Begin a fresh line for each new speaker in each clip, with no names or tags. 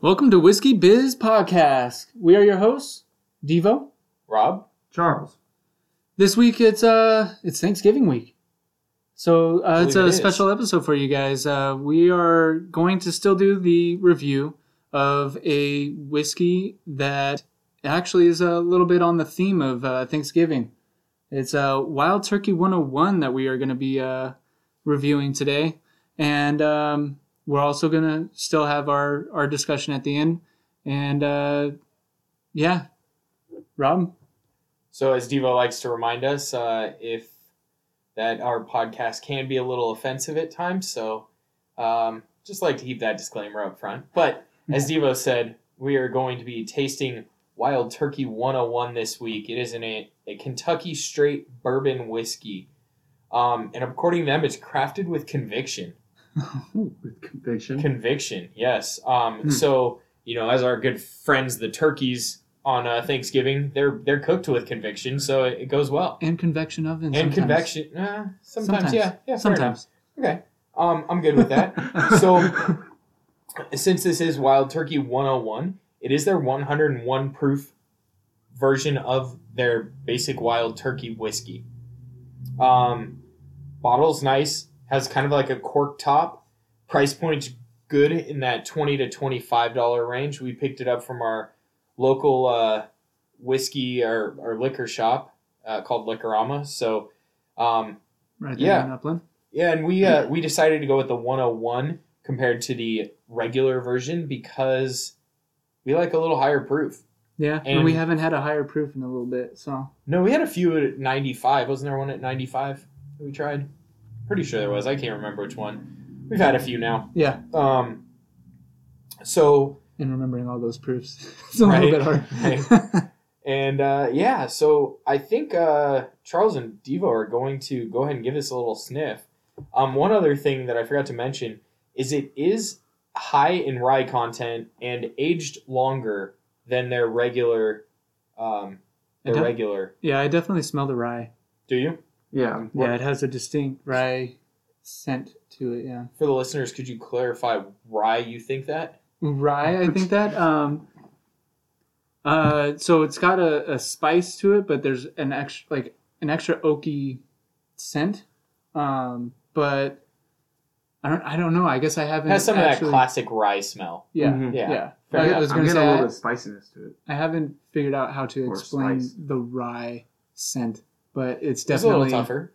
Welcome to Whiskey Biz Podcast. We are your hosts, Devo.
Rob?
Charles.
This week it's uh it's Thanksgiving week, so uh, it's
Believe
a
it is.
special episode for you guys. Uh, we are going to still do the review of a whiskey that actually is a little bit on the theme of uh, Thanksgiving. It's uh, Wild Turkey 101 that we are going to be uh, reviewing today, and um, we're also going to still have our our discussion at the end. And uh, yeah, Rob.
So, as Devo likes to remind us, uh, if that our podcast can be a little offensive at times, so um, just like to keep that disclaimer up front. But as Devo said, we are going to be tasting Wild Turkey 101 this week. It is an, a, a Kentucky straight bourbon whiskey. Um, and according to them, it's crafted with conviction.
With conviction.
Conviction, yes. Um,
Hmm.
So you know, as our good friends, the turkeys on uh, Thanksgiving, they're they're cooked with conviction, so it, it goes well.
And convection oven.
And
sometimes.
convection, uh, sometimes,
Sometimes.
yeah, yeah, fair
Sometimes.
enough. Okay, um, I'm good with that. So- Since this is Wild Turkey 101, it is their 101 proof version of their basic Wild Turkey whiskey. Um, bottle's nice, has kind of like a cork top. Price point's good in that 20 to 25 dollar range. We picked it up from our local uh, whiskey or, or liquor shop uh, called Liquorama. So um,
right there
Yeah.
in Upland.
yeah, and we uh, we decided to go with the 101 compared to the regular version because we like a little higher proof.
Yeah, and, we
And-
haven't had a higher proof in a little bit, so
No, we had a few at 95. Wasn't there one at 95 that we tried? Pretty sure there was. I can't remember which one. We've had a few now.
yeah.
Um, so
And remembering all those proofs, it's a
Right,
little bit hard.
and uh, yeah, so I think uh, Charles and Devo are going to go ahead and give this a little sniff. Um, one other thing that I forgot to mention is it is high in rye content and aged longer than their regular. Um, their
Okay.
regular.
yeah, I definitely smell the rye.
Do you?
yeah.
Yeah, it has a distinct rye scent to it. Yeah,
For the listeners, could you clarify why you think that?
rye. I think that. Um, uh, so it's got a, a spice to it, but there's an extra like an extra oaky scent. Um, but I don't. I don't know. I guess I
It
haven't.
has some of that
Um, actually-
classic rye smell.
Yeah,
Mhm.
Yeah.
yeah.
Fair
I, I
enough.
was
I'm
gonna say
getting a
I-
little bit of spiciness to it.
I haven't figured out how to
Or
explain
spice.
the rye scent, but it's
It's a
definitely
little
it's,
tougher.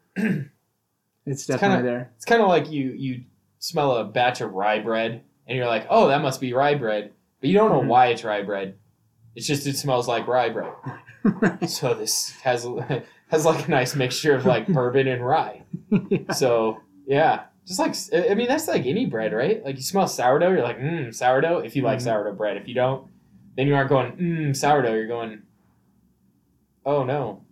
definitely
kinda-
there.
It's kind of like you you smell a batch of rye bread and you're like, oh, that must be rye bread, but you don't know
Mhm.
why it's rye bread. It's just it smells like rye bread.
Right.
So this has has like a nice mixture of like bourbon and rye.
Yeah.
So yeah, just like I I mean that's like any bread, right? Like you smell sourdough, you're like, mmm, sourdough. If you like
Mhm.
sourdough bread, if you don't, then you aren't going mmm sourdough. You're going, oh no.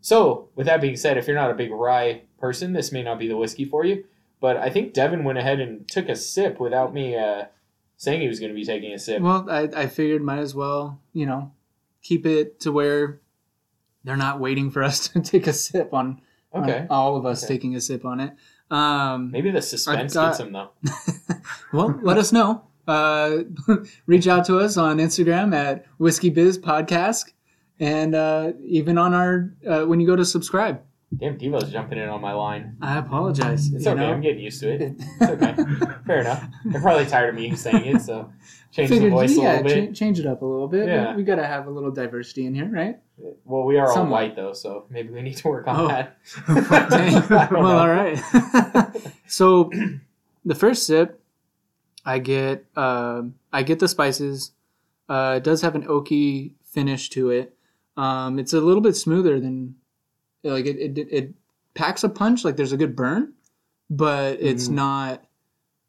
So with that being said, if you're not a big rye person, this may not be the whiskey for you. But I think Devin went ahead and took a sip without me uh, saying he was going to be taking a sip.
Well, I, I figured might as well, you know, keep it to where they're not waiting for us to take a sip on, on
Okay,
all of us
Okay.
taking a sip on it. Um,
maybe the suspense
got-
gets him though.
well, let us know. Uh, reach out to us on Instagram at Whiskey Biz Podcast, and uh, even on our uh, when you go to subscribe.
Damn, Devo's jumping in on my line.
I apologize.
It's
you
okay.
know?
I'm getting used to it.
It's
okay. Fair enough. They're probably tired of me saying it, so change the
Figured, yeah,
voice a little bit.
cha- change it up a little bit. We-
Yeah.
We, got to have a little diversity in here, right?
Well, we are all
Somewhat.
white though, so maybe we need to work on
Oh.
that.
Dang.
I don't
well,
know.
all right. so, the first sip, I get, um I get the spices. Uh, it does have an oaky finish to it. Um, it's a little bit smoother than, like it, it, it packs a punch. Like there's a good burn, but it's
Mhm.
not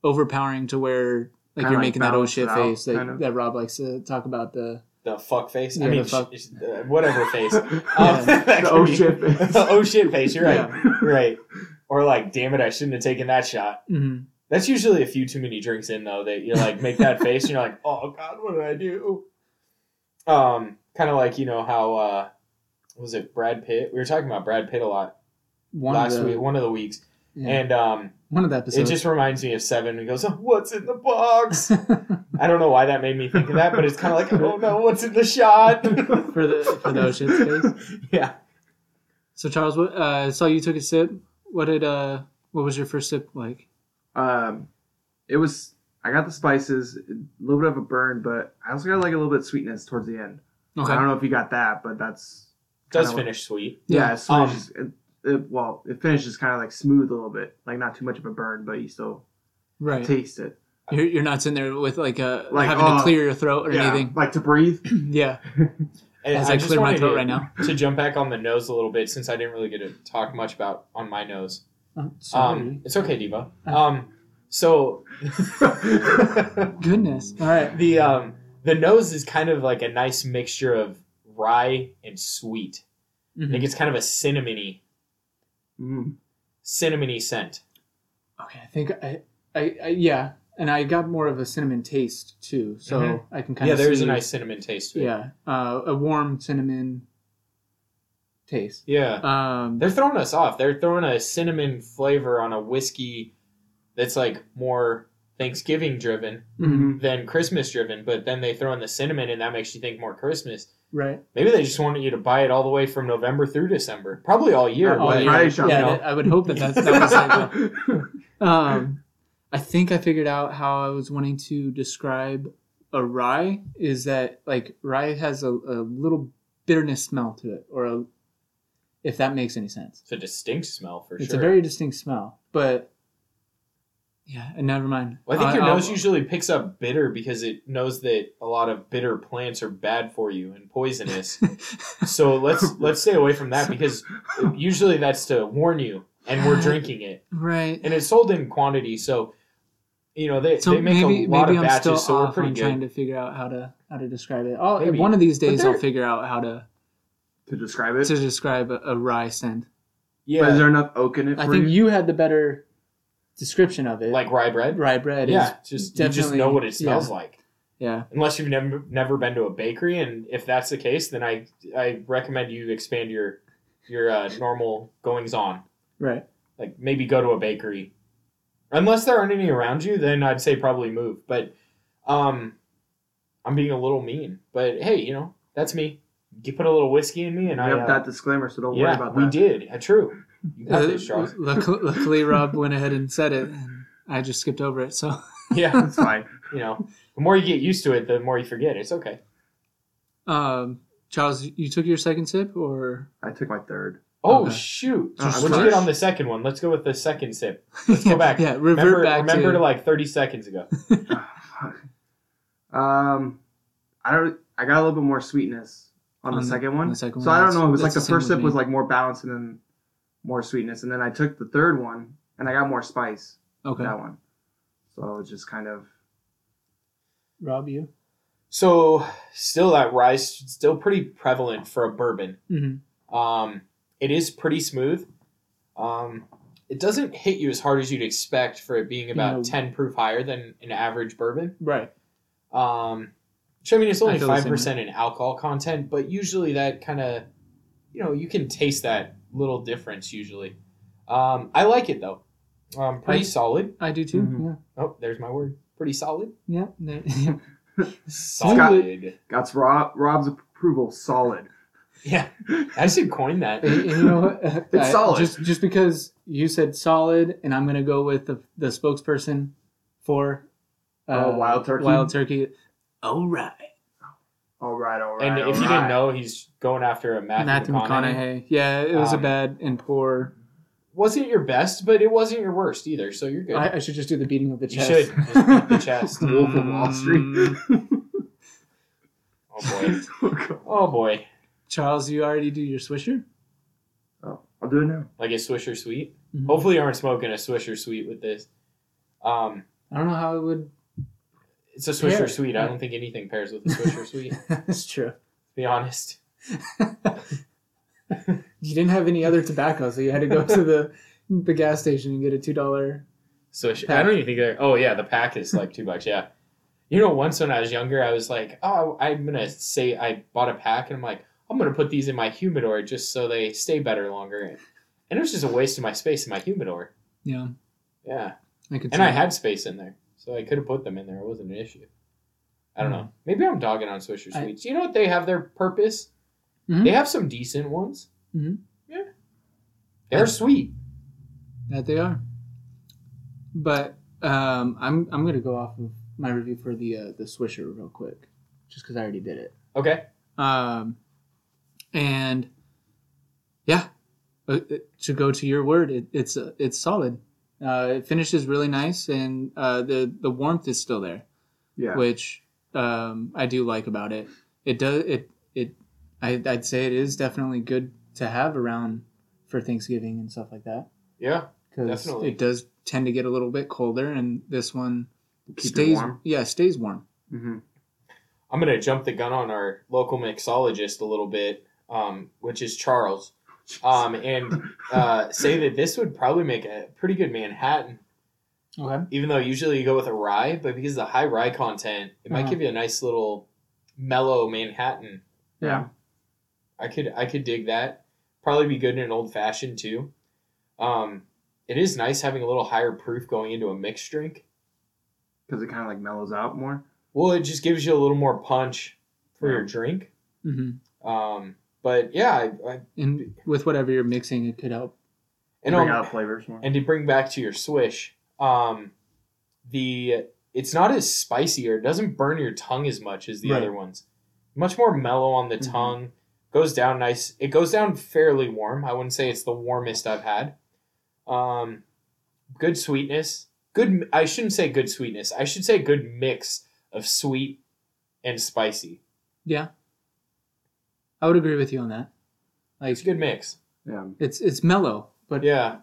overpowering to where like
Kinda
you're
like
making that oh
balanced
shit
out,
face that,
kind of.
that Rob likes to talk about the
The fuck face.
Yeah,
I
the
mean,
fuck-
sh- sh- uh, whatever face. Um,
Yeah.
that
The
could
oh
be-
shit face.
the oh shit face. You're right.
Yeah.
You're right. Or like, damn it, I shouldn't have taken that shot.
Mhm.
That's usually a few too many drinks in though that you like make that face and you're like, oh god, what did I do? Um, kind of like you know how uh, was it Brad Pitt? We were talking about Brad Pitt a lot
one
last
of the,
week, one of the weeks,
Yeah.
And um,
One of the
it
episodes.
just reminds me of Seven. He goes, oh, "What's in the box?" I don't know why that made me think of that, but it's kind of like, "Oh no, what's in the shot?"
for the for the ocean space.
yeah.
So Charles, what uh, I saw you took a sip. What did uh what was your first sip like?
Um, it was. I got the spices, a little bit of a burn, but I also got like a little bit of sweetness towards the end. I don't know if you got that, but that's
Does
Kinda like-
finish sweet.
Yeah.
yeah. it
Um,
finishes- it, it, well, it finishes kind of like smooth a little bit, like not too much of a burn, but you still
Right.
taste it.
You're, you're not sitting there with like oh, a
Like,
having to
uh,
clear your throat or
yeah,
anything.
like to breathe.
Yeah.
And
As I,
just
clear my
wanted
throat
to-
right now.
to jump back on the nose a little bit since I didn't really get to talk much about on my nose.
Oh,
Um, it's okay, Diva. Um, so the
Goodness. All right.
um, the nose is kind of like a nice mixture of rye and sweet.
Mhm.
Like it's kind of a cinnamony
Mm.
cinnamony scent.
Okay, I think I, I, I yeah, and I got more of a cinnamon taste too, so
Mhm.
I can kind
yeah,
of
there is
see,
a nice cinnamon taste to it.
yeah, uh, a warm cinnamon taste.
Yeah.
Um,
They're throwing us off. They're throwing a cinnamon flavor on a whiskey that's like more Thanksgiving driven
mhm,
than Christmas driven, but then they throw in the cinnamon and that makes you think more Christmas.
right,
Maybe they just wanted you to buy it all the way from November through December, probably all year.
All
Oh,
but-
year.
yeah,
Friday shop,
yeah,
you know.
that- I would hope that that's that was like a- um, I think I figured out how I was wanting to describe a rye is that like rye has a, a little bitterness smell to it, or a, if that makes any sense.
It's a distinct smell for
it's
sure.
a very distinct smell, but yeah, and never mind.
well, I think
Uh,
your
I'll-
nose usually picks up bitter because it knows that a lot of bitter plants are bad for you and poisonous. so let's let's stay away from that because usually that's to warn you, and we're drinking it,
right.
and it's sold in quantity. So you know they,
So
they make
maybe
a lot
maybe
of
I'm still
batches, so we're
off
pretty
on
good.
trying to figure out how to how to describe it. I'll,
Maybe.
one of these
But
days I'll
there-
figure out how to
to describe it.
to describe a, a rye scent.
But is
yeah,
there enough oak in it? For
I think
you?
you had the better description of it.
like rye bread.
rye bread
yeah,
is
just you just
definitely-
know what it smells
yeah.
like.
yeah.
unless you've never never been to a bakery and if that's the case then i i recommend you expand your your uh, normal goings on
Right.
like maybe go to a bakery unless there aren't any around you then i'd say probably move but um i'm being a little mean but hey you know that's me you put a little whiskey in me and
We
i
have
uh,
that disclaimer, so don't worry
yeah
about that.
we did uh, true you got
Uh,
this Charles.
luckily, luckily Rob went ahead and said it, and I just skipped over it. So
yeah
That's fine.
you know the more you get used to it the more you forget it's okay
um, Charles, you took your second sip, or
I took my third.
oh
Okay.
shoot
Uh,
let's
I'm
get
sorry.
on the second one let's go with the second sip
let's
go back.
Yeah, revert
remember,
back
remember
to,
to, like 30 seconds ago.
um, I don't. I got a little bit more sweetness on,
On
the
the-
second
on
one.
the second
so
one,
I don't know. It was like
that's-
the
that's the
first
same
sip
with
was
me.
like more balanced, and then more sweetness, and then I took the third one, and I got more spice.
okay.
That one. So it's just kind of
Rob, you?
So, still that rice, still pretty prevalent for a bourbon.
Mm-hmm.
Um, it is pretty smooth. Um, it doesn't hit you as hard as you'd expect for it being about
No.
10 proof higher than an average bourbon.
Right.
Um, which, I mean, it's only
I feel the same
5% in alcohol content, but usually that kind of, you know, you can taste that little difference usually. Um, I like it though. Um, pretty
I-
solid.
I do too.
Mhm.
Oh, there's my word. Pretty solid.
Yeah. Yeah.
Solid.
got Rob, Rob's approval solid.
Yeah, I should coin that.
and, and you know what?
It's solid.
Just, just because you said solid, and I'm going to go with the, the spokesperson for uh,
Oh, Wild Turkey?
Wild Turkey. All right.
All right, all right.
And if you didn't know, he's going after a Matthew,
Matthew
McConaughey.
McConaughey. Yeah, it was
Um,
a bad and poor.
Wasn't your best, but it wasn't your worst either. So you're good.
I, I should just do the beating of the
you
chest.
should just beat the chest.
Wolf of
Mm.
Wall Street.
Oh boy.
oh,
Oh boy.
Charles, you already do your swisher?
Oh, I'll do it now.
Like a Swisher Sweet.
Mhm.
Hopefully, you aren't smoking a Swisher Sweet with this. Um,
I don't know how it would.
it's a Swisher
Yeah.
Sweet. I don't think anything pairs with a Swisher Sweet. To
That's true.
be honest.
You didn't have any other tobacco, so you had to go to the the gas station and get a two dollar.
Swisher. I
Pack.
don't even think they're. Oh yeah, the pack is like two bucks. Yeah. You know, once when I was younger, I was like, oh, I'm gonna say I bought a pack, and I'm like, I'm gonna put these in my humidor just so they stay better longer. And it was just a waste of my space in my humidor.
Yeah,
Yeah.
I can.
And I had space in there, so I could have put them in there. It wasn't an issue. I don't know. Maybe I'm dogging on Swisher
Hmm. I-
Sweets. you know what? They have their purpose.
Mhm.
They have some decent ones.
Mhm.
Yeah. They're sweet.
that they are. But um, I'm I'm gonna go off of my review for the uh, the Swisher real quick, just because I already did it.
Okay.
Um, and yeah, uh, it- to go to your word, it, it's uh, it's solid. Uh, it finishes really nice, and uh, the the warmth is still there,
Yeah.
which um, I do like about it. It does it it. I, I'd say it is definitely good to have around for Thanksgiving and stuff like that
Yeah.
because
Definitely.
it does tend to get a little bit colder, and this one
Keep it
stays
warm.
yeah stays warm.
Mm-hmm.
I'm gonna jump the gun on our local mixologist a little bit, um, which is Charles, um, and uh, say that this would probably make a pretty good Manhattan,
Okay.
even though usually you go with a rye, but because of the high rye content, it might
Uh-huh.
give you a nice little mellow Manhattan.
Yeah.
I could I could dig that. Probably be good in an old fashioned too. Um, it is nice having a little higher proof going into a mixed drink.
Because it kind of like mellows out more.
Well, it just gives you a little more punch for your drink.
hmm
Um, but yeah, I, I
And with whatever you're mixing, it could help.
and
bring
um,
out flavors more.
and to bring back to your swish um the it's not as spicy or it doesn't burn your tongue as much as the
Right. Mm-hmm.
other ones much more mellow on the
Mhm.
tongue goes down nice it goes down fairly warm i wouldn't say it's the warmest i've had um good sweetness good i shouldn't say good sweetness i should say good mix of sweet and spicy
Yeah. I would agree with you on that. Like
it's a good mix
yeah.
it's it's mellow, but
yeah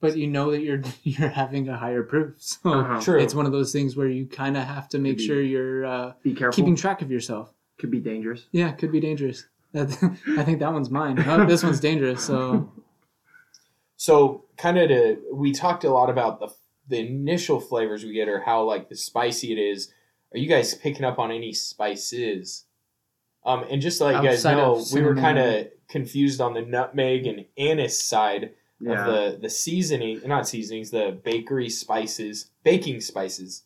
but you know that you're you're having a higher proof. So
Uh-huh.
true
it's one of those things where you kind of have to make
Could be.
sure you're uh,
Be careful.
keeping track of yourself.
Could be dangerous.
Yeah, it could be dangerous. That, I think that one's mine. Uh, this one's dangerous. So
So kind of to we talked a lot about the the initial flavors we get or how like the spicy it is. Are you guys picking up on any spices? Um, and just to let you guys
Outside of
know, we were
cinnamon.
kind of confused on the nutmeg and anise side
Yeah.
of the the seasoning, not seasonings, the bakery spices, baking spices.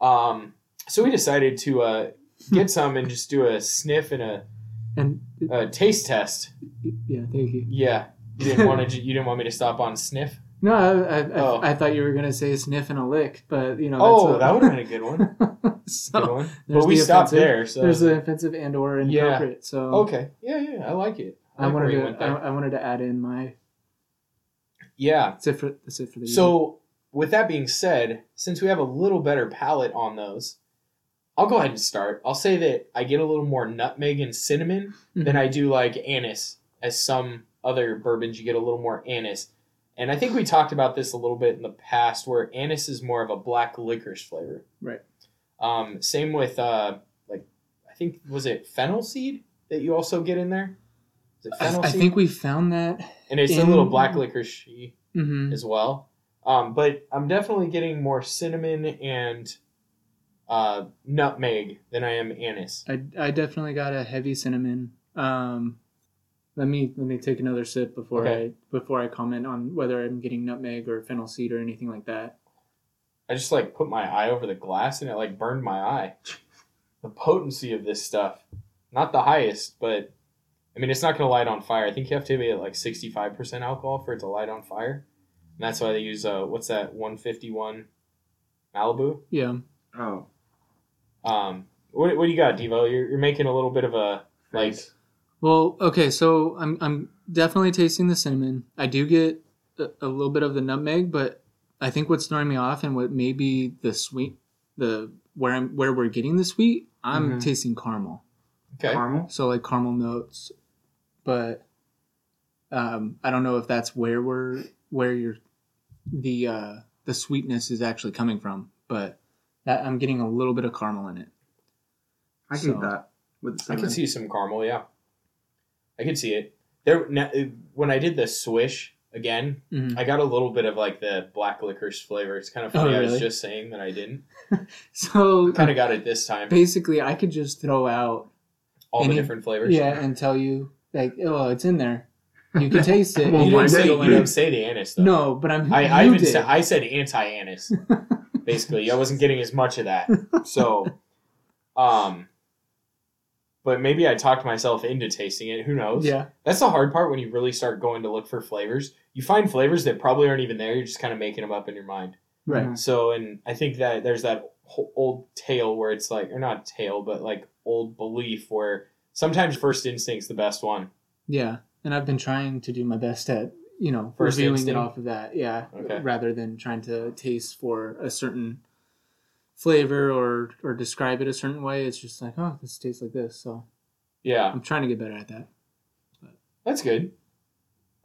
Um, so we decided to uh, get some and just do a sniff and a,
and
a taste test.
yeah, thank you.
Yeah, you didn't want to. You didn't want me to stop on sniff.
No, I, I, I,
Oh.
I thought you were gonna say sniff and a lick, but you know.
Oh,
a-
that would have been a good one.
so
Good one.
there's
But we
the
stopped
offensive-
there. So
There's the offensive and or
Yeah.
inappropriate. So
okay. Yeah, yeah, I like it. I,
I
like where
wanted
you
to
went
I,
there.
I wanted to add in my
yeah.
that's it for that's it for the evening.
So with that being said, since we have a little better palate on those, I'll go ahead and start. I'll say that I get a little more nutmeg and cinnamon
Mm-hmm.
than I do like anise, as some other bourbons you get a little more anise. And I think we talked about this a little bit in the past, where anise is more of a black licorice flavor.
Right.
Um, same with uh, like I think was it fennel seed that you also get in there. Is it
I,
fennel
I
seed?
think we found that.
and it's a little
in-
black licorice
hmm
as well. Um, but I'm definitely getting more cinnamon and uh, nutmeg than I am anise.
I I definitely got a heavy cinnamon. Um, let me let me take another sip before
Okay.
I before I comment on whether I'm getting nutmeg or fennel seed or anything like that.
I just like put my eye over the glass and it like burned my eye. The potency of this stuff, not the highest, but I mean, it's not going to light on fire. I think you have to be at like 65% alcohol for it to light on fire. And that's why they use, uh, what's that, 151 Malibu?
Yeah,
Oh.
Um, what, what do you got, Devo? You're, you're making a little bit of a, like,
Face.
Well, okay, so I'm I'm definitely tasting the cinnamon. I do get a, a little bit of the nutmeg, but I think what's throwing me off and what may be the sweet, the where I'm where we're getting the sweet, I'm
Mhm.
tasting caramel.
okay.
Caramel.
So like caramel notes, but um, I don't know if that's where we're where you're the uh, the sweetness is actually coming from, but that, I'm getting a little bit of caramel in it.
I can
So-
eat that with the
I
cinnamon.
can see some caramel, yeah. I can see it. There, now, uh, when I did the swish again,
Mhm.
I got a little bit of like the black licorice flavor. It's kind of
Oh,
funny. I was
really?
just saying that I didn't.
So
Kind of got it this time.
basically, I could just throw out
All the
Any-
different flavors.
Yeah, and tell you like, oh, it's in there. You can taste it.
Well,
You
you,
didn't
didn't
say
say,
you
you didn't say the anise though.
No, but I'm.
I, I
you
even
did.
said, I said anti anise. basically, I wasn't getting as much of that. So, um, but maybe I talked myself into tasting it. Who knows?
yeah,
That's the hard part when you really start going to look for flavors. You find flavors that probably aren't even there. You're just kind of making them up in your mind.
right.
So, and I think that there's that whole old tale where it's like, or not tale, but like old belief where sometimes first instinct's the best one.
Yeah, and I've been trying to do my best at you know
First
reviewing it
instinct.
off of that. Yeah,
Okay.
rather than trying to taste for a certain flavor or or describe it a certain way. It's just like, oh, this tastes like this. So
Yeah.
I'm trying to get better at that.
That's good.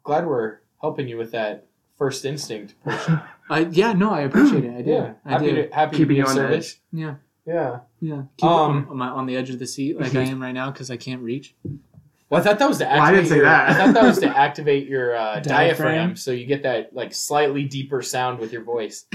Glad we're helping you with that first instinct.
I yeah, no, I appreciate it. I do.
Yeah,
I
happy
do.
to happy to
Keeping you
be of
on
service.
edge.
Yeah,
Yeah.
yeah. Keep
Um,
um, on, my, on the edge of the seat like I am right now because I can't reach.
Well, I thought that was to
Well, I
activate.
didn't say
your-
that.
I thought that was to activate your uh, diaphragm.
Diaphragm?
so you get that like slightly deeper sound with your voice.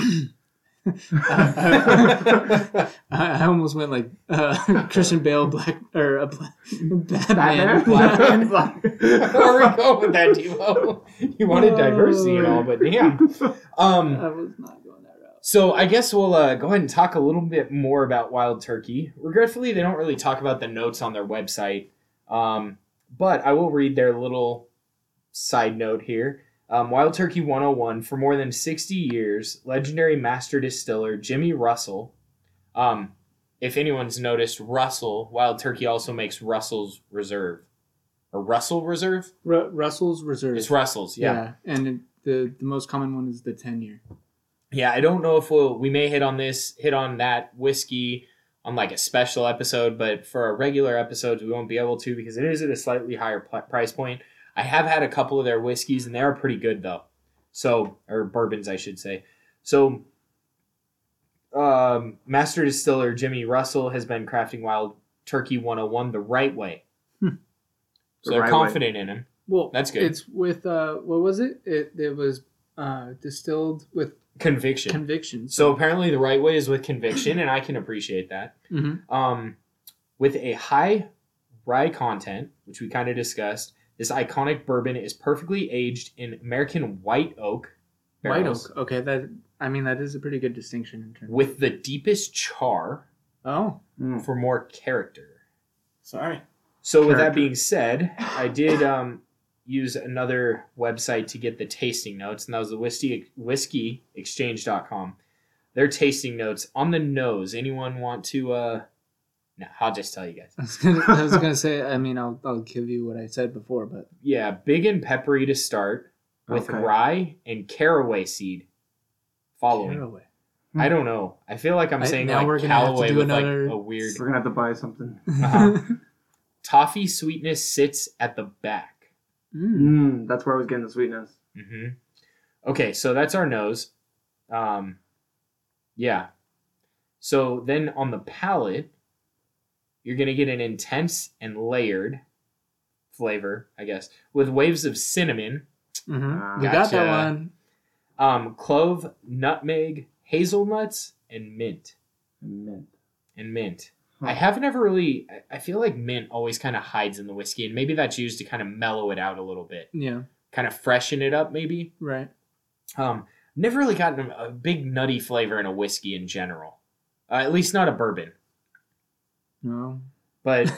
Mm.
I, I almost went like uh, Christian Bale, Black or uh, Bla- Batman.
Batman? Batman? Black-
Where we go with that, Devo? You wanted diversity and all, but damn. Um,
I was not going that route.
so I guess we'll uh, go ahead and talk a little bit more about Wild Turkey. Regretfully, they don't really talk about the notes on their website, um, but I will read their little side note here. Um, Wild Turkey 101, for more than 60 years, legendary master distiller Jimmy Russell. Um, if anyone's noticed, Russell, Wild Turkey also makes Russell's Reserve. Or Russell Reserve?
Ru- Russell's Reserve.
It's Russell's, yeah.
and it- the the most common one is the ten year.
Yeah, I don't know if we'll we may hit on this, hit on that whiskey on like a special episode, but for our regular episodes, we won't be able to because it is at a slightly higher pl- price point. I have had a couple of their whiskeys and they are pretty good though. So, or bourbons, I should say. So, um, master distiller Jimmy Russell has been crafting Wild Turkey 101 the right way.
Hmm.
So
The
they're
right way.
confident in him.
Well,
That's good.
It's with uh, what was it? It it was uh, distilled with
Conviction.
conviction.
so apparently the right way is with conviction and I can appreciate that.
Mhm.
um, with a high rye content, which we kind of discussed. This iconic bourbon is perfectly aged in American white oak
white
barrels
oak. Okay, that I mean that is a pretty good distinction in terms.
with the deepest char
oh,
Mm.
for more character.
sorry.
So with that
Character.
being said, I did um, use another website to get the tasting notes, and that was the whiskey whiskeyexchange.com. Their tasting notes on the nose. Anyone want to? Uh, no, I'll just tell you guys.
I was gonna, I was gonna say. I mean, I'll I'll give you what I said before, but
Yeah, big and peppery to start with
Okay.
rye and caraway seed following.
Caraway.
I don't know. I feel like I'm
I-
saying
now
like
we're
we're
gonna have to do
with
another-
like a weird
We're gonna have to buy something.
Uh-huh. toffee sweetness sits at the back.
Mm.
Mm, that's where I was getting the sweetness.
hmm Okay, so that's our nose. Um, yeah. So then on the palate, you're gonna get an intense and layered flavor, I guess, with waves of cinnamon,
Mhm.
Ah,
You got that
gotcha.
one.
um, clove, nutmeg, hazelnuts, and mint.
Mint.
And mint.
Huh.
I have never really. I- I feel like mint always kind of hides in the whiskey, and maybe that's used to kind of mellow it out a little bit,
Yeah.
kind of freshen it up, maybe.
Right.
Um, never really gotten a, a big nutty flavor in a whiskey in general, uh, at least not a bourbon.
No.
But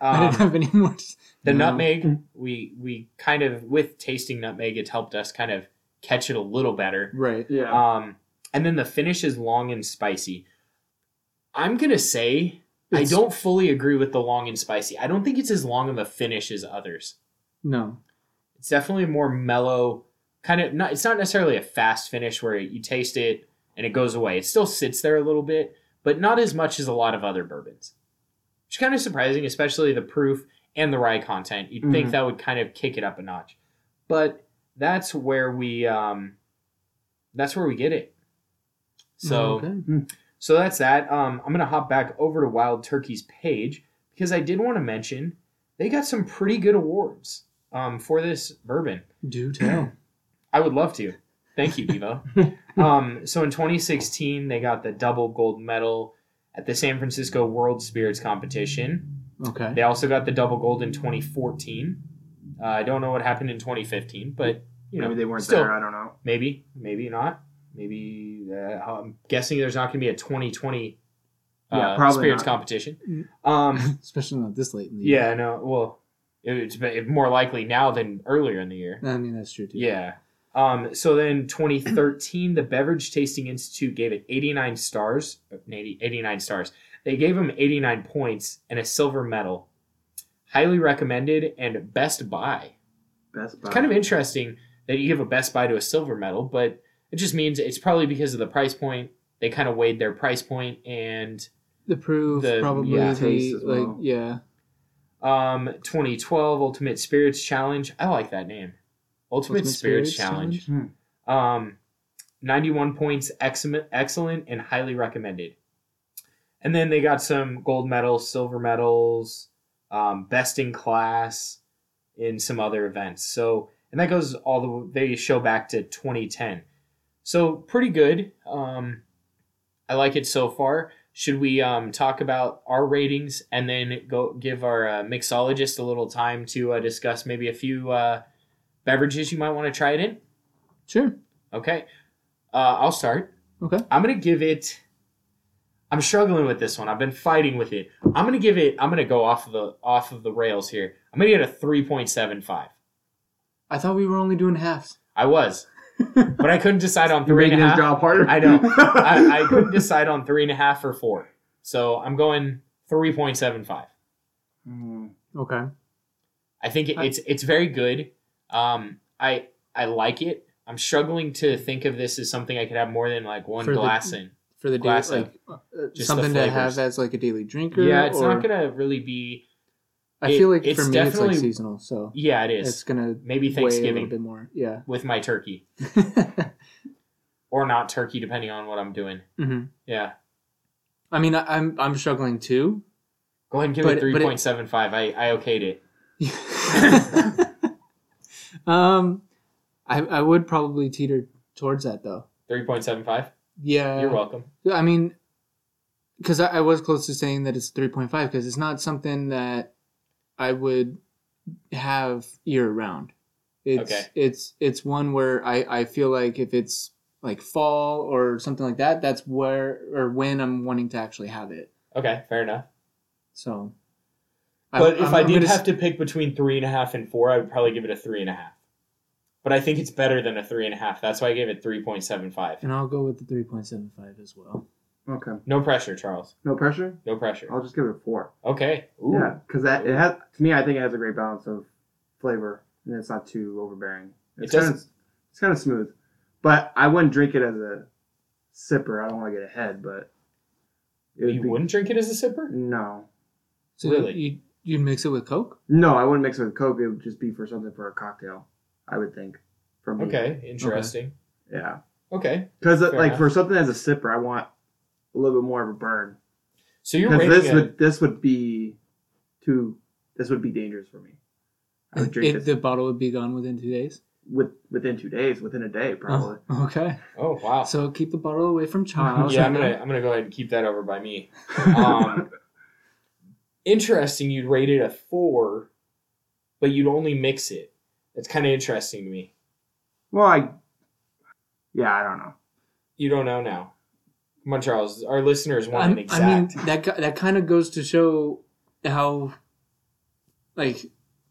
I didn't
um,
have any more.
the
No.
nutmeg, we we kind of with tasting nutmeg, it's helped us kind of catch it a little better.
Right.
Yeah.
Um, and then the finish is long and spicy. I'm gonna say I
It's-
don't fully agree with the long and spicy. I don't think it's as long of a finish as others.
No.
It's definitely more mellow, kind of not. It's not necessarily a fast finish where you taste it and it goes away. It still sits there a little bit, but not as much as a lot of other bourbons. Which is kind of surprising, especially the proof and the rye content. You'd think
Mhm.
that would kind of kick it up a notch, but that's where we um, that's where we get it. So.
Okay.
So that's that. Um, I'm gonna hop back over to Wild Turkey's page because I did want to mention they got some pretty good awards um, for this bourbon.
Do tell.
I would love to. Thank you, Devo. um, so in 2016, they got the double gold medal at the San Francisco World Spirits Competition.
Okay.
They also got the double gold in 2014. Uh, I don't know what happened in 2015, but you know,
Maybe they weren't
still-
there. I don't know.
Maybe, maybe not. Maybe uh, I'm guessing there's not going to be a 2020 uh,
Yeah, probably
spirits
not.
competition. Um,
especially not this late in the year.
yeah, no. Well, it- it's been- more likely now than earlier in the year.
I mean that's true too.
Yeah. Um, so then 2013, the Beverage Tasting Institute gave it 89 stars. 80, 89 stars. They gave him 89 points and a silver medal. Highly recommended and best buy.
Best Buy.
It's kind of interesting that you give a best buy to a silver medal, but it just means it's probably because of the price point. They kind of weighed their price point and
the proof
The-
probably
yeah.
the,
Taste as well.
like yeah
um 2012 Ultimate Spirits Challenge. I like that name. Ultimate, Spirits, Challenge. Um, 91 points, excellent, excellent, and highly recommended. And then they got some gold medals, silver medals, um, best in class, in some other events. So, and that goes all the way, they show back to 2010. So, pretty good. Um, I like it so far. Should we um, talk about our ratings and then go give our uh, mixologist a little time to uh, discuss maybe a few uh, beverages you might want to try it in?
Sure.
Okay. Uh, I'll start.
Okay.
I'm going to give it. I'm struggling with this one. I've been fighting with it. I'm going to give it. I'm going to go off of the off of the rails here. I'm going to get a 3.75.
I thought we were only doing halves.
I was, but I couldn't decide on
You're
three
making
and a
his
half.
job harder.
I know. I, I couldn't decide on three and a half or four. So I'm going 3.75.
Mm,
Okay.
I think it, it's it's very good. Um, I I like it. I'm struggling to think of this as something I could have more than like one
For the-
glass in.
For the daily,
Glass,
like uh,
just
something
the
to
flavors.
have as like a daily drinker.
Yeah, it's
or-
not gonna really be.
I
it-
feel like
it's
for me it's like
definitely-
seasonal, so
Yeah, it is.
it's gonna
Maybe
weigh a little
Thanksgiving
bit more. Yeah.
with my turkey
hmm
or not turkey, depending on what I'm doing. Yeah,
Mm-hmm. I mean, I, I'm I'm struggling too.
go ahead and give
But-
it
but it-
three point seven five. I I okayed it.
um, I I would probably teeter towards that though.
Three point seven five.
Yeah.
You're welcome.
I mean, because I, I was close to saying that it's three point five because it's not something that I would have year round. It's
Okay.
it's it's one where I I feel like if it's like fall or something like that, that's where or when I'm wanting to actually have it.
Okay, fair enough.
So,
But if
I'm-
i
I'm
did
gonna s-
have to pick between three and a half and four, I would probably give it a three and a half. But I think it's better than a three and a half. That's why I gave it three point seven five.
and I'll go with the three point seven five as well.
okay.
No pressure, Charles.
No pressure.
No pressure.
I'll just give it a four.
Okay. Ooh.
Yeah, because that it has to me. I think it has a great balance of flavor, and it's not too overbearing.
It
It's kind of it's kind of smooth, but I wouldn't drink it as a sipper. I don't want to get ahead, but it would
You
be-
wouldn't drink it as a sipper?
No,
So
Really?
you you mix it with Coke?
no, I wouldn't mix it with Coke. It would just be for something for a cocktail. I would think. For
Mm.
me.
Okay. Interesting.
Yeah,
Okay.
because like
Fair enough.
for something as a sipper, I want a little bit more of a burn.
So you're
Because
rating
this
it.
would this would be too this would be dangerous for me. I would drink
It-
this
the bottle would be gone within two days.
with within two days, within a day probably.
Oh, okay.
Oh wow.
So keep the bottle away from Charles.
yeah, I'm gonna I'm gonna go ahead and keep that over by me. Um, interesting. You'd rate it a four, but you'd only mix it. That's kind of interesting to me.
well, I yeah, I don't know.
You don't know now. Come on, Charles. Our listeners want
I'm-
an exact.
I mean, that ki- that kind of goes to show how, like,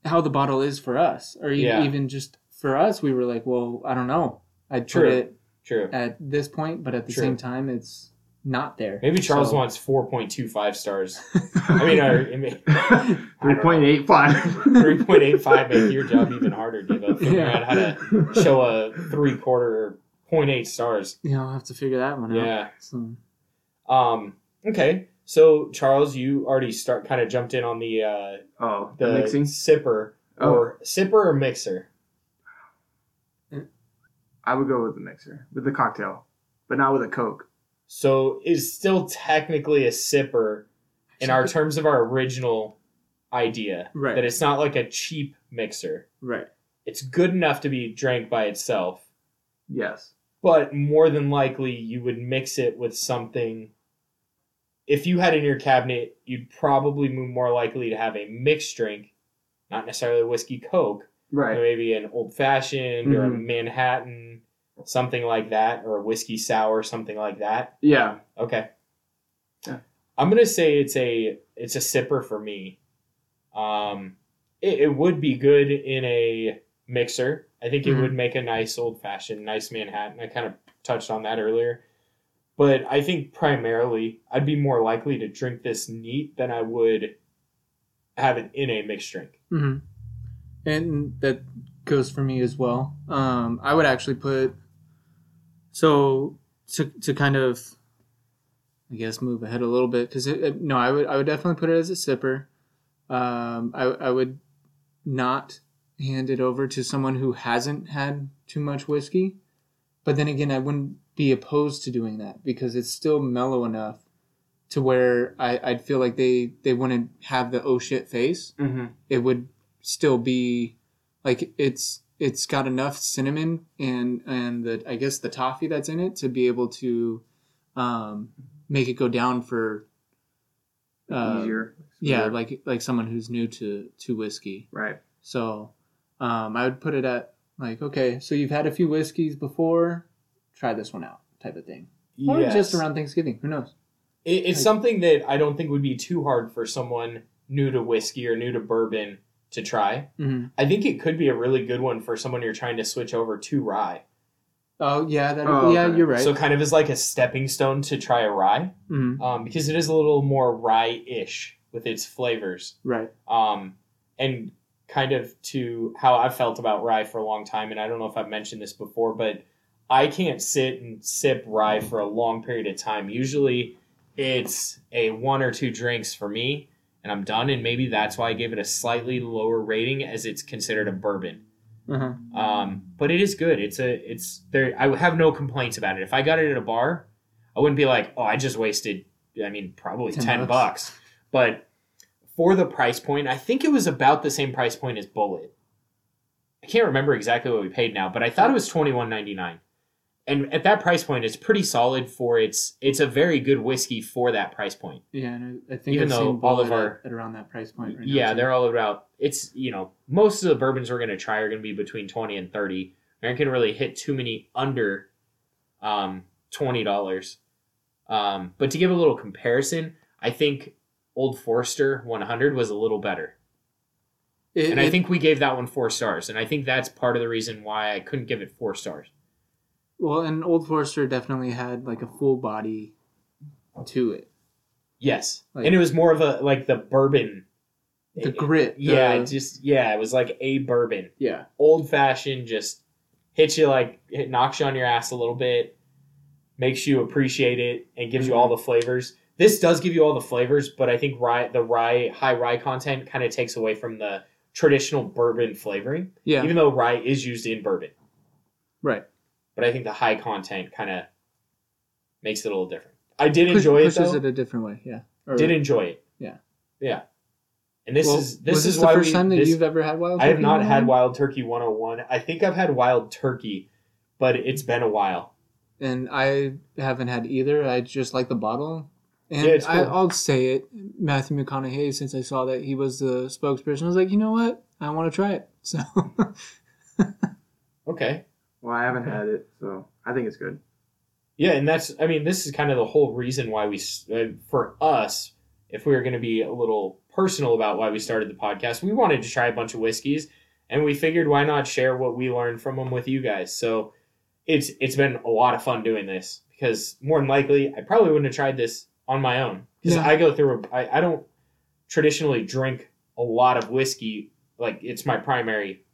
how the bottle is for us, or e-
Yeah.
even just for us. We were like, well, I don't know. I'd
True.
put it
True.
at this point, but at the
True.
same time, it's not there.
Maybe Charles
So-
wants four point two five stars. I mean, or, I mean
three point eight five.
three point eight five make your job even harder, Devo. Figuring
Yeah.
out how to show a three quarter point eight stars.
Yeah, I'll have to figure that one out.
Yeah.
So,
Um. Okay. So Charles, you already start kind of jumped in on the uh,
Oh,
the
the mixing.
sipper
Oh.
or sipper or mixer.
I would go with the mixer with the cocktail, but not with a Coke.
So is still technically a sipper in our terms of our original idea.
Right.
That it's not like a cheap mixer.
right.
It's good enough to be drank by itself,
Yes.
but more than likely you would mix it with something. If you had it in your cabinet, you'd probably be more likely to have a mixed drink, not necessarily a whiskey coke, You know,
Right.
maybe an old fashioned or a
Mhm.
Manhattan, something like that, or a whiskey sour, something like that.
Yeah.
Okay.
Yeah.
I'm gonna say it's a it's a sipper for me. Um, it, it would be good in a mixer. I think it
Mm-hmm.
Mhm.
would make a nice old fashioned, nice Manhattan. I kind of touched on that earlier, but I think primarily I'd be more likely to drink this neat than I would have it in a mixed drink.
hmm And that goes for me as well. Um, I would actually put so to to kind of I guess move ahead a little bit because it, it- no, I would I would definitely put it as a sipper. Um, I I would not hand it over to someone who hasn't had too much whiskey, but then again, I wouldn't be opposed to doing that because it's still mellow enough to where I, I'd feel like they they wouldn't have the oh shit face
Mm-hmm.
it would still be like it's it's got enough cinnamon and and the I guess the toffee that's in it to be able to um, make it go down for uh,
Easier.
yeah like like someone who's new to to whiskey
Right.
so um, I would put it at like okay so you've had a few whiskeys before try this one out type of thing or just around Thanksgiving who knows
It, it's something that I don't think would be too hard for someone new to whiskey or new to bourbon to try.
hmm
I think it could be a really good one for someone you're trying to switch over to rye.
oh yeah that
Oh,
yeah
okay.
you're right
So kind of as like a stepping stone to try a rye,
Mhm.
um, because it is a little more rye-ish with its flavors,
right
um, and kind of to how I've felt about rye for a long time. And I don't know if I've mentioned this before, but I can't sit and sip rye for a long period of time. Usually, it's a one or two drinks for me, and I'm done. And maybe that's why I gave it a slightly lower rating, as it's considered a bourbon.
uh-huh.
Um, but it is good. It's a it's there. I have no complaints about it. If I got it at a bar, I wouldn't be like, oh, I just wasted. I mean, probably
10
ten, bucks. But for the price point, I think it was about the same price point as Bullet. I can't remember exactly what we paid now, but I thought it was twenty one ninety nine. And at that price point, it's pretty solid for its. It's a very good whiskey for that price point.
Yeah, and I I think
Even
I've
though
seen
all of
Bullet
our-
at, at around that price point. Right now,
yeah,
too.
they're all about. It's you know most of the bourbons we're gonna try are gonna be between twenty and thirty. We aren't gonna really hit too many under um, twenty dollars. Um, but to give a little comparison, I think Old Forester one hundred was a little better,
It-
and I
it-
think we gave that one four stars, and I think that's part of the reason why I couldn't give it four stars.
well, and Old Forester definitely had like a full body to it,
Yes,
Like-
and it was more of a like the bourbon.
the
It-
grit. the-
yeah, it just yeah, it was like a bourbon.
yeah,
old fashioned, just hits you like it knocks you on your ass a little bit, makes you appreciate it, and gives you
Mm-hmm.
all the flavors. This does give you all the flavors, but I think rye, the rye high rye content kind of takes away from the traditional bourbon flavoring,
yeah,
even though rye is used in bourbon.
right.
But I think the high content kind of makes it a little different. I did
Push-
enjoy it
pushes
though.
it a different way. Yeah, Or-
did enjoy it.
Yeah.
yeah. And this
well,
is this
was
is
the
why
first
we,
time that
this-
you've ever had wild.
I have
turkey
not had
before?
Wild Turkey 101. I think I've had Wild Turkey, but it's been a while.
and I haven't had either. I just like the bottle. And
Yeah, it's
I,
cool.
I'll say it, Matthew McConaughey. Since I saw that he was the spokesperson, I was like, you know what, I want to try it. So
Okay.
Well, I haven't had it, so I think it's good.
Yeah, and that's I mean, this is kind of the whole reason why we s- uh, for us, if we were going to be a little personal about why we started the podcast, we wanted to try a bunch of whiskeys and we figured why not share what we learned from them with you guys. So, it's it's been a lot of fun doing this because more than likely I probably wouldn't have tried this on my own because
Yeah.
I go through a, I, I don't traditionally drink a lot of whiskey like it's my primary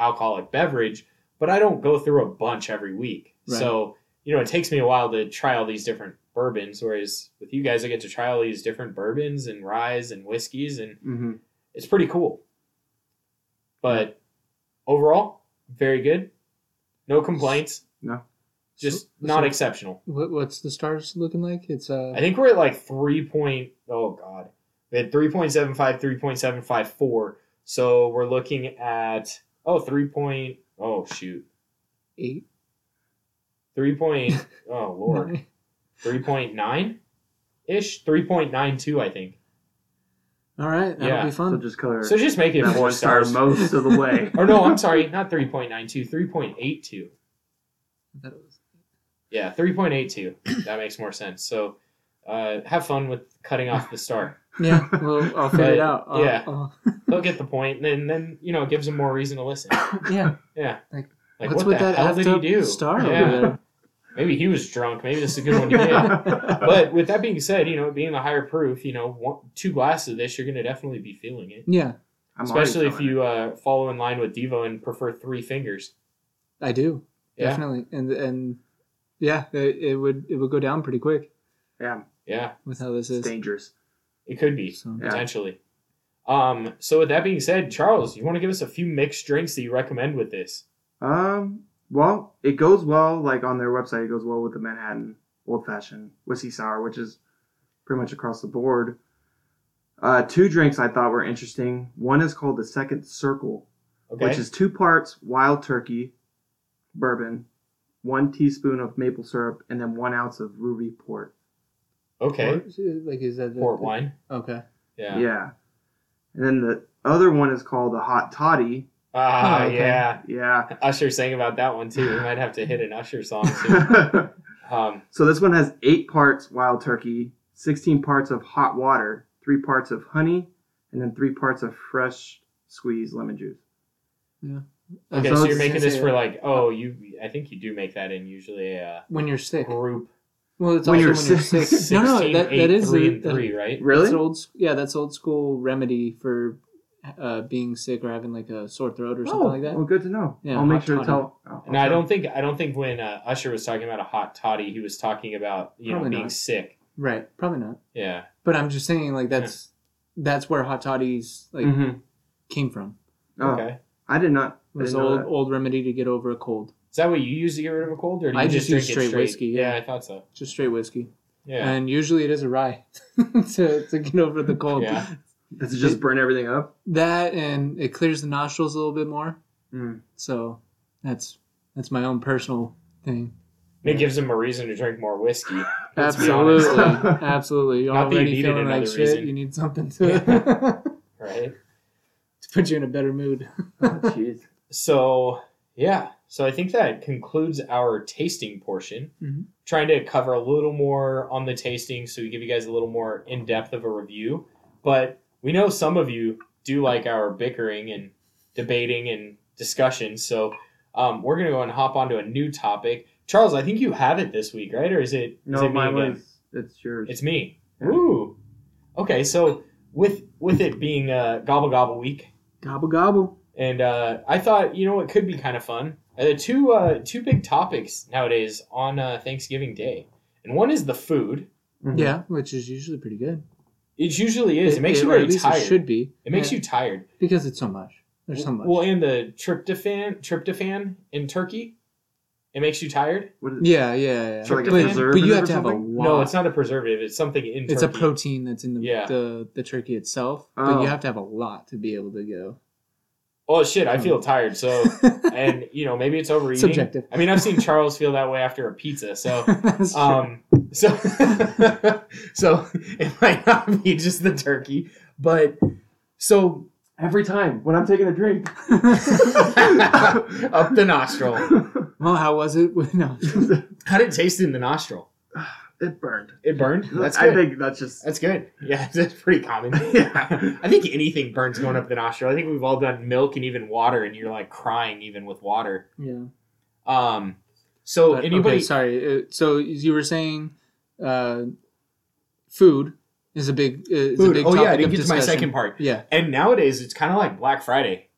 alcoholic beverage but I don't go through a bunch every week
Right.
so you know it takes me a while to try all these different bourbons whereas with you guys I get to try all these different bourbons and ryes and whiskeys and
Mm-hmm.
it's pretty cool but overall very good no complaints
No.
just
So-
not
so-
exceptional.
what, what's the stars looking like? It's uh,
I think we're at like three point. Oh god, we had 3.75, 3.754. So we're looking at oh three point. Oh shoot,
eight.
three point. Oh lord, three point nine ish, three point nine two. I think
All right, that'll
Yeah.
be
So
fun.
just color
So just make it
that
four
one star
stars.
most of the way.
or no, I'm sorry, not 3.92, 3.82. Yeah, 3.82. that makes more sense. So uh, have fun with cutting off the star.
yeah, well, I'll figure it
Right,
out. I'll-
yeah.
I'll-
They'll get the point, and then, then you know, it gives them more reason to listen.
yeah.
Yeah.
Like,
Like,
what's
what
with
the
that
hell did he
effed up
do?
star over
yeah.
there?
Maybe he was drunk. Maybe this is a good one to get. But with that being said, you know, being the higher proof, you know, one, two glasses of this, you're going to definitely be feeling it.
Yeah,
I'm
Especially if
already
you uh, follow in line with Devo and prefer three fingers.
I do
Yeah.
definitely, and and yeah, it, it would it would go down pretty quick
feeling it.
Yeah,
with how this
Yeah, it's
is.
dangerous.
it could be.
So,
Yeah.
potentially. Um, so with that being said, Charles, you want to give us a few mixed drinks that you recommend with this?
Um, well, it goes well. Like on their website, it goes well with the Manhattan Old Fashioned Whiskey Sour, which is pretty much across the board. Uh, two drinks I thought were interesting. One is called the Second Circle,
Okay.
which is two parts wild turkey bourbon, one teaspoon of maple syrup, and then one ounce of ruby port.
okay.
Port? Like is that the,
Port wine.
Okay.
Yeah.
yeah. And then the other one is called the Hot Toddy.
Ah,
Oh, okay.
yeah.
Yeah.
Usher sang about that one too. We might have to hit an Usher song soon.
so
um,
this one has eight parts wild turkey, 16 parts of hot water, three parts of honey, and then three parts of fresh squeezed lemon juice.
okay,
So
so,
it's-
you're making this for
Yeah.
like, oh, you. I think you do make that in usually a
when you're
uh,
sick.
group
Well, it's
When
also
you're
when you're
sick.
sick.
sixteen,
no, no, that,
eight,
that is
three
the,
and
that-
three, right?
That's old, s- yeah, that's old school remedy for uh, being sick or having like a sore throat or something
Oh,
like that.
well, good to know.
Yeah,
I'll make
hot
sure to
toddy.
tell. oh,
No, I
okay.
don't think I don't think when uh, Usher was talking about a hot toddy, he was talking about you know
Probably
being
not.
sick.
Right, probably not.
Yeah.
But I'm just saying, like that's that's where hot toddies like
Mhm.
came from.
Oh,
Mm-hmm. Okay.
I did not. I
This
didn't know
old
that.
old remedy to get over a cold,
Is that what you use to get rid of a cold, or do you
I
just,
just use
drink it
straight whiskey, yeah.
I thought so.
just straight whiskey,
Yeah.
and usually it is a rye to to get over the cold.
Yeah.
Does it just burn everything up?
That and it clears the nostrils a little bit more.
Mm.
So that's that's my own personal thing.
It gives them a reason to drink more whiskey. Let's be honest.
Absolutely, absolutely. You're
Not that you
already
needed
feeling
another
like shit.
reason.
You need something to
Right.
to put you in a better mood.
Oh, Jeez.
So, yeah. So I think that concludes our tasting portion.
Mhm.
Trying to cover a little more on the tasting so we give you guys a little more in depth of a review. But we know some of you do like our bickering and debating and discussion. So um, we're going to go and hop onto a new topic. Charles, I think you have it this week, right? Or is it, is it
no,
me
mine
again?
was. It's yours.
It's me.
Yeah.
Ooh. Okay, so with with it being uh, gobble gobble week,
Gobble gobble.
and uh, I thought you know it could be kind of fun. Uh, the two uh, two big topics nowadays on uh, Thanksgiving Day, and one is the food.
Mhm.
Yeah, which is usually pretty good.
It usually is. It, makes you
or at
very
least
tired.
It
It,
should be.
makes
Yeah,
you tired.
because it's so much. There's so much.
Well, and the tryptophan tryptophan in turkey, it makes you tired.
What is it?
yeah, yeah, yeah.
So like a
but, but
preservative
you
or
have to have a
something?
lot.
No, it's not a preservative. It's something in turkey.
It's a protein that's in the
Yeah.
the, the turkey itself,
Oh.
but you have to have a lot to be able to go.
Oh shit! I
Hmm.
feel tired. So, and you know maybe it's overeating.
Subjective.
I mean, I've seen Charles feel that way after a pizza. So.
That's true.
Um, so, so it might not be just the turkey, but so
Every time when I'm taking a drink.
up the nostril.
well, how was it? no,
How did it taste in the nostril?
it burned.
It burned. That's
I
good.
think that's just.
that's good. Yeah, that's pretty common.
Yeah.
I think anything burns going up the nostril. I think we've all done milk and even water, and you're like crying even with water.
yeah.
Um, so
But,
anybody,
okay, sorry. uh, So you were saying, uh, food is a big uh, is a
food.
big
Oh
topic
yeah, I didn't
of
get to my
discussion.
second part.
Yeah,
And nowadays, it's kind of like Black Friday.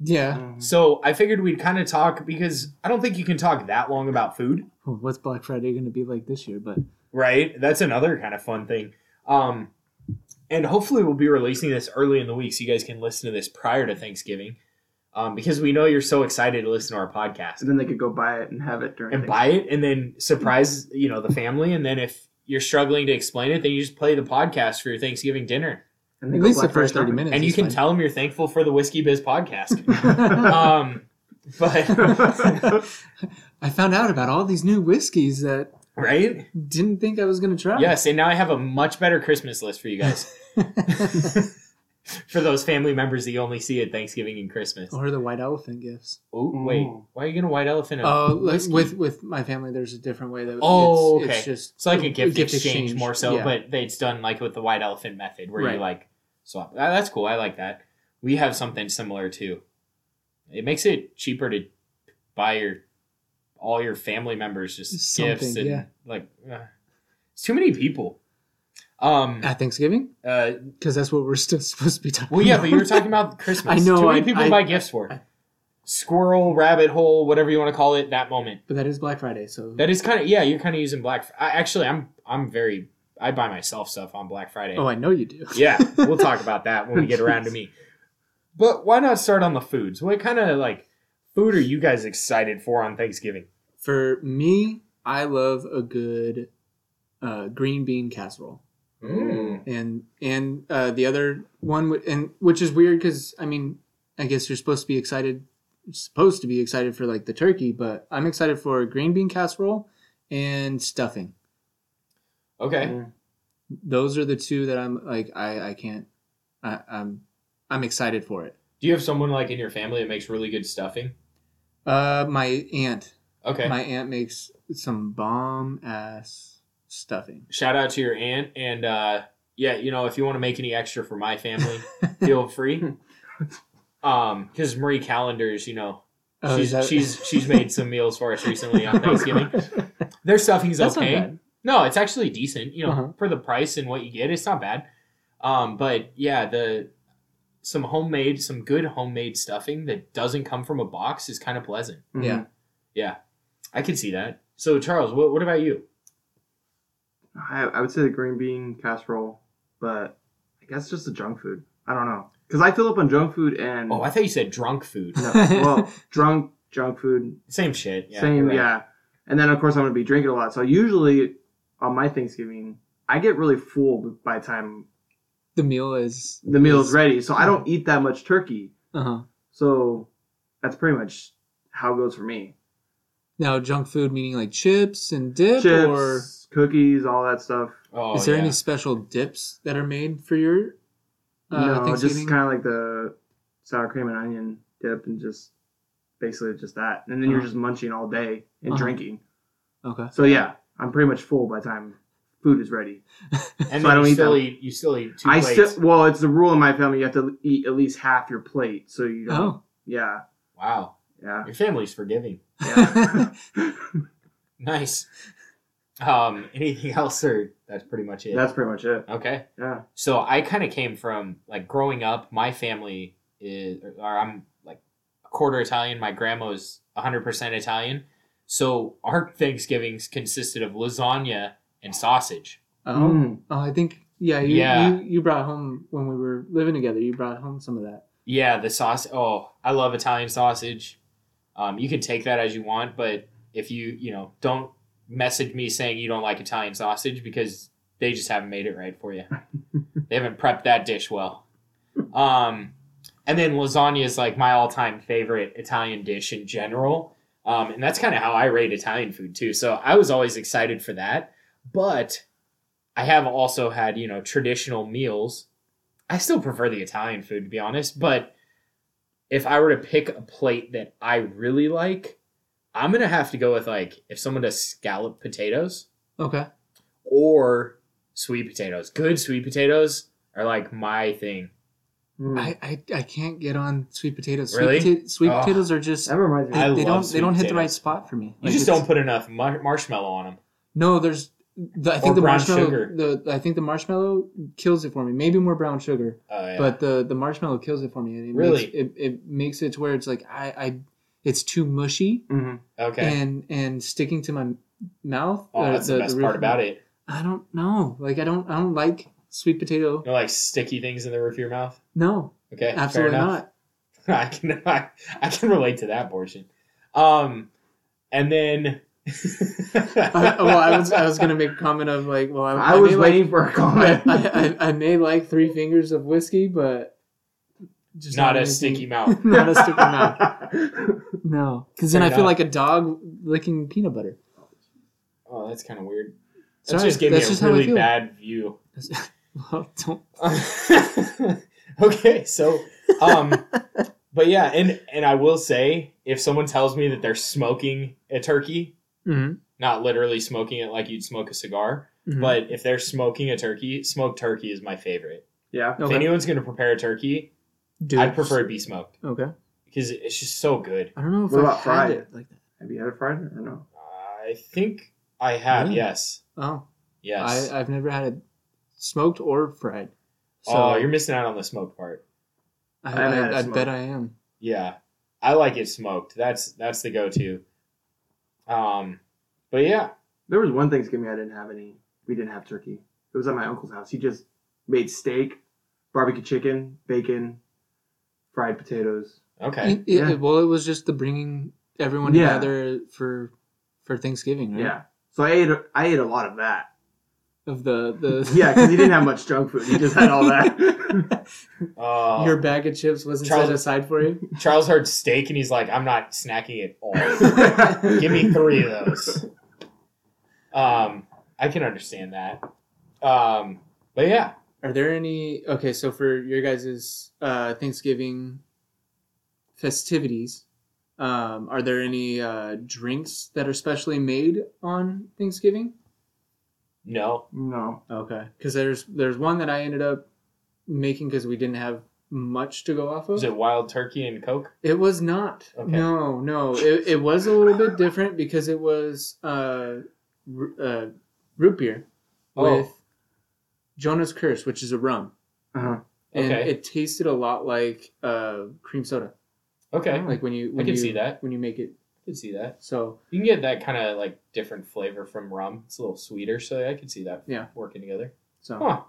yeah.
Mhm.
So I figured we'd kind of talk because I don't think you can talk that long about food,
Well, what's Black Friday going to be like this year? But
right? That's another kind of fun thing. Um, and hopefully we'll be releasing this early in the week so you guys can listen to this prior to Thanksgiving, um, because we know you're so excited to listen to our podcast
And then they could go buy it and have it during.
and
Thanksgiving.
buy it, and then surprise you know the family, and then if you're struggling to explain it, then you just play the podcast for your Thanksgiving dinner,
And they
at
go
least the
Black Friday
first thirty
shopping.
minutes,
and you
is
can
fine.
tell them you're thankful for the Whiskey Biz podcast.
I
um, but
found out about all these new whiskeys that
right.
didn't think I was going to try.
Yes, and now I have a much better Christmas list for you guys. for those family members that you only see at Thanksgiving and Christmas.
Or the white elephant gifts.
Oh wait,
Ooh.
why are you gonna white elephant? a
Oh, like
whiskey?
with with my family, there's a different way that.
Oh,
it's,
okay.
It's just
It's like a gift, exchange, more so,
Yeah.
but it's done like with the white elephant method where
Right.
you like swap. Ah, that's cool. I like that. We have something similar too. It makes it cheaper to buy your all your family members just
Something,
gifts and
yeah.
like ah. it's too many people. Um.
at Thanksgiving
Uh.
because that's what we're still supposed to be talking.
Well, yeah,
about.
but you were talking about Christmas.
I know,
Too many
I-
people
I-
buy gifts for.
I-
Squirrel, rabbit hole, whatever you want to call it. That moment.
But that is Black Friday, so
That is kind of yeah. You're kind of using Black. Fr- I, actually, I'm I'm very. I buy myself stuff on Black Friday.
oh, I know you do.
yeah, we'll talk about that when we get around to me. But why not start on the foods? What kind of like food are you guys excited for on Thanksgiving?
For me, I love a good uh, green bean casserole,
Mm.
and and uh, the other one, w- and which is weird because I mean, I guess you're supposed to be excited, supposed to be excited for like the turkey, but I'm excited for green bean casserole and stuffing.
Okay.
Mm.
Those are the two that I'm like I I can't I, I'm I'm excited for it.
Do you have someone like in your family that makes really good stuffing?
Uh, my aunt,
Okay.
my aunt makes some bomb ass stuffing.
Shout out to your aunt and uh, yeah, you know if you want to make any extra for my family, feel free. Um, because Marie Callender's, you know,
Oh,
she's
is that-
she's she's made some meals for us recently on Thanksgiving. Their stuffing's
That's not
okay.
bad.
No, it's actually decent. You know,
Uh-huh.
for the price and what you get, it's not bad. Um, but yeah, the some homemade, some good homemade stuffing that doesn't come from a box is kind of pleasant.
Mhm.
Yeah.
Yeah, I can see that. So Charles, what what about you?
I, I would say the green bean casserole, but I guess just the junk food. I don't know. Because I fill up on junk food and.
Oh, I thought you said drunk food.
no, well, drunk, junk food,
Same shit. Yeah,
same,
you're right.
yeah. And then, of course, I'm going to be drinking a lot. So usually on my Thanksgiving, I get really full by the time
the meal is
the meal is ready. So I
Mm-hmm.
don't eat that much turkey.
Uh-huh.
So that's pretty much how it goes for me.
Now, junk food meaning like chips and dip,
Chips,
or
cookies, all that stuff.
Oh,
is there
yeah.
any special dips that are made for your uh,
no,
Thanksgiving?
just kind of like the sour cream and onion dip, and just basically just that. And then you're
Uh-huh.
just munching all day and
Uh-huh.
drinking.
okay.
So yeah, I'm pretty much full by the time food is ready.
And
so
then
I don't
you
eat
still
them.
eat. You still eat two
I
plates.
still well, it's the rule in my family you have to eat at least half your plate. So you don't,
Oh,
yeah,
Wow,
yeah,
your family's forgiving.
yeah.
Nice. Um, anything else, or that's pretty much it.
That's pretty much it.
okay.
Yeah.
So I kind of came from like growing up. My family is, or I'm like a quarter Italian. My grandma's 100% Italian. So our Thanksgivings consisted of lasagna and sausage.
oh,
Mm.
oh! I think yeah, you,
Yeah.
you you brought home when we were living together. You brought home some of that.
Yeah, the sauce. Oh, I love Italian sausage. Um, you can take that as you want, but if you you know don't message me saying you don't like Italian sausage because they just haven't made it right for you. they haven't prepped that dish well. Um, and then lasagna is like my all-time favorite Italian dish in general. Um, and that's kind of how I rate Italian food too. So I was always excited for that. But I have also had, you know, traditional meals. I still prefer the Italian food to be honest, but if I were to pick a plate that I really like, I'm going to have to go with like if someone does scallop potatoes
Okay.
or sweet potatoes. Good sweet potatoes are like my thing.
Mm.
I, I I can't get on sweet potatoes.
Really?
Sweet, pota- sweet
Oh.
potatoes are just
that reminds me.
they,
I
they
love
don't
sweet
they don't hit the
potatoes.
right spot for me.
You
Like,
just
it's-
don't put enough mar- marshmallow on them.
No, there's. The, I
Or
think the
brown
marshmallow.
sugar.
The I think the marshmallow kills it for me. Maybe more brown sugar.
Uh, yeah.
but the the marshmallow kills it for me. and It
Really?
makes, it, it makes it to where it's like I, I it's too mushy
Mhm.
okay.
and and sticking to my mouth. uh,
oh, that's the, best part about it.
I don't know. Like I don't I don't like sweet potato.
No, like sticky things in the roof of your mouth.
No,
Okay,
absolutely
fair enough.
not.
I can I, I can relate to that portion. Um, and then
I, well, I was I was gonna make a comment of like, well, I,
I,
I
was
may
waiting for a
Like,
comment.
I, I, I may like three fingers of whiskey, but just
not a
anything-
sticky mouth.
not a sticky mouth. No, because then
Fair
I feel
enough.
like a dog licking peanut butter.
Oh, that's kind of weird. That
Sorry,
just gave
that's
me
just
a
how I
really
feel.
bad view.
well, don't
I Okay, so um but yeah, and and I will say if someone tells me that they're smoking a turkey,
Mhm.
not literally smoking it like you'd smoke a cigar,
Mhm.
but if they're smoking a turkey, smoked turkey is my favorite.
Yeah.
If anyone's going to prepare a turkey,
Dude.
I'd prefer it be smoked
Okay.
because it's just so good.
I don't know if
What
I
about
had
fried?
it like that.
Have you had it fried or no?
I think I have,
Really?
yes.
Oh,
Yes.
I, I've never had it smoked or fried. So
oh, you're missing out on the smoked part.
I,
I haven't had
I,
it
I,
smoked.
bet I am.
Yeah. I like it smoked. That's that's the go-to. Um but yeah,
There was one Thanksgiving I didn't have any. We didn't have turkey. It was at my uncle's house. He just made steak, barbecue chicken, bacon, fried potatoes.
okay.
It- it-
Yeah.
well, it was just the bringing everyone
Yeah.
together for for Thanksgiving, right?
Yeah. So I ate a, I ate a lot of that.
Of the the
Yeah, because he didn't have much junk food. He just had all that.
Uh,
Your bag of chips wasn't
Charles-
set aside for you.
Charles heard steak and he's like, I'm not snacking at all. Give me three of those. Um, I can understand that. Um, but yeah,
Are there any okay? So for your guys' uh, Thanksgiving festivities, um, are there any uh, drinks that are specially made on Thanksgiving?
no.
No.
Okay, because there's there's one that I ended up making because we didn't have much to go off of.
Was it wild turkey and Coke?
It was not.
Okay.
No, no. It, it was a little bit different because it was uh, ru- uh, root beer
Oh.
with Jonah's Curse, which is a rum.
Uh-huh.
And
Okay.
it tasted a lot like uh, cream soda.
Okay. I
Like when you when
can
you,
see that.
when you make it.
can see that.
So
You can get that kind of like different flavor from rum. It's a little sweeter, so I can see that
Yeah.
working together.
so Uh,
Huh.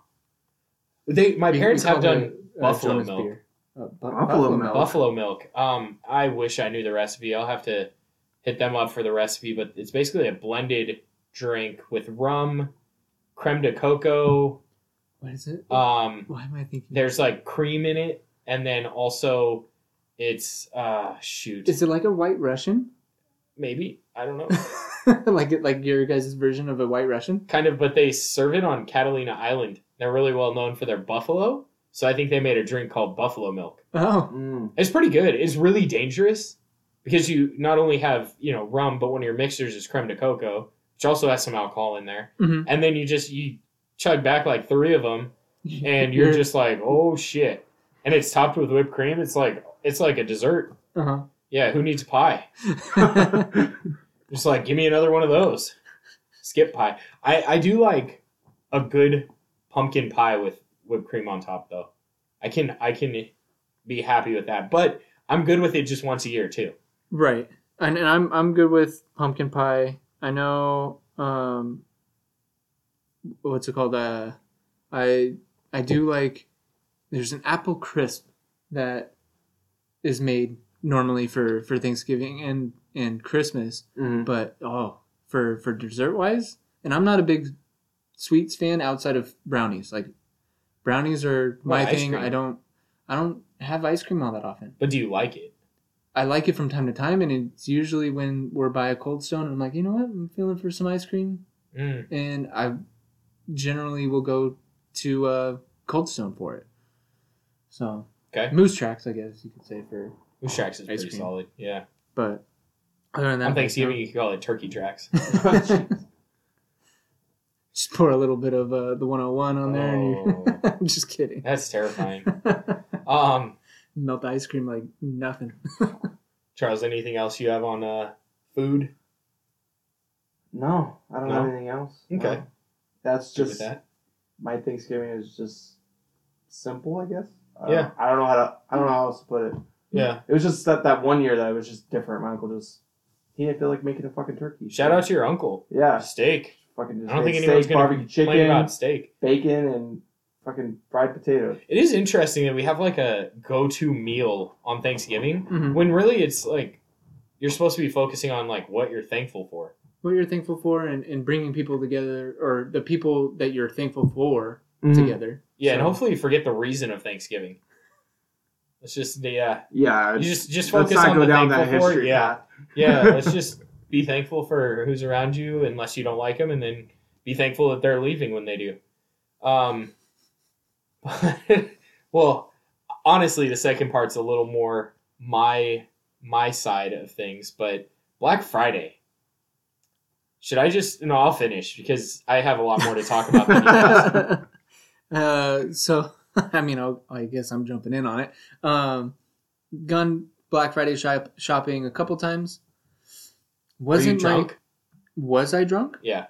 They my
We- we
parents have
called
done
it, uh,
buffalo
Jonah's
milk.
beer. Uh, bu-
Buffalo milk.
buffalo milk. Um, I wish I knew the recipe. I'll have to hit them up for the recipe, but it's basically a blended drink with rum, creme de coco.
What is it?
Um,
Why am I thinking?
there's like cream in it, and then also it's uh shoot
Is it like a White Russian?
maybe I don't know.
like it, like your guys' version of a White Russian?
kind of, but they serve it on Catalina Island. They're really well known for their buffalo, so I think they made a drink called buffalo milk.
Oh,
Mm.
It's pretty good. It's really dangerous because you not only have you know rum, but one of your mixers is creme de coco, which also has some alcohol in there.
Mhm.
And then you just you chug back like three of them, and
Mm-hmm.
you're just like, oh shit! And it's topped with whipped cream. It's like it's like a dessert.
Uh
Yeah, who needs pie?
huh.
Just like give me another one of those. Skip pie. I I do like a good pumpkin pie with whipped cream on top though. I can I can be happy with that, but I'm good with it just once a year too.
Right. And, and I'm I'm good with pumpkin pie. I know um what's it called? Uh I I do like there's an apple crisp that is made normally for for Thanksgiving and and Christmas,
Mm.
but oh, for for dessert wise, and I'm not a big sweets fan outside of brownies. Like brownies are my
What, ice
thing.
cream?
I don't I don't have ice cream all that often.
But do you like it?
I like it from time to time, and it's usually when we're by a cold stone, and I'm like, you know what, I'm feeling for some ice cream,
Mm.
and I generally will go to uh, Cold Stone for it. So
Okay.
moose tracks, I guess you could say for,
Moose tracks is
Ice
pretty
cream.
solid. Yeah.
but other than that,
On Thanksgiving you could call it turkey tracks.
just pour a little bit of uh, the 101 on there. And you
Oh.
I'm just kidding.
That's terrifying. um
Melt the ice cream like nothing.
Charles, anything else you have on uh food?
No, I don't
No?
have anything else.
Okay.
No. That's
Good with
just
that.
my Thanksgiving is just simple, I guess. I don't
Yeah.
know. I don't know how to. I don't know how else to put it.
Yeah.
It was just that that one year that it was just different. My uncle just he didn't feel like making a fucking turkey.
Shout out to your uncle.
Yeah,
Steak.
fucking just
I don't
made
think anyone's
steak,
gonna
barbecue
complain
chicken,
about steak.
bacon, and fucking fried potatoes.
It is interesting that we have like a go-to meal on Thanksgiving
Mhm.
when really it's like you're supposed to be focusing on like what you're thankful for.
What you're thankful for, and, and bringing people together, or the people that you're thankful for
Mm.
together.
Yeah, and
So-
hopefully you forget the reason of Thanksgiving. Let's just yeah,
Yeah,
you
it's-
just just
let's
focus
not
on
go
the
down that
thankful for.
history.
Yeah,
path.
yeah. Let's just be thankful for who's around you, unless you don't like them, and then be thankful that they're leaving when they do. Um, well, honestly, the second part's a little more my my side of things, but Black Friday. Should I just no? I'll finish because I have a lot more to talk about. Than you guys.
uh, so, I mean, I'll, I guess I'm jumping in on it. Um, gone Black Friday shop, shopping a couple times.
Are you
Wasn't
drunk?
like was I drunk
yeah.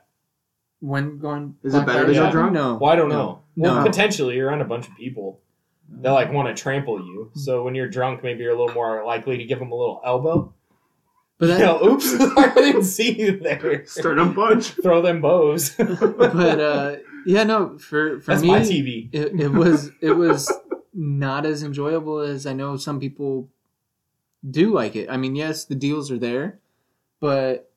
when going?
Is it better
to go
shopping?
drunk?
No.
Well, I don't
No.
know.
No.
Well, potentially you're on a bunch of people that like want to trample you. So when you're drunk, maybe you're a little more likely to give them a little elbow.
But that,
You know, oops, I didn't see you there.
Start a bunch.
Throw them bows.
but uh, yeah, no. For for
That's
me,
my TV.
it, it was it was not as enjoyable as I know some people do like it. I mean, yes, the deals are there, but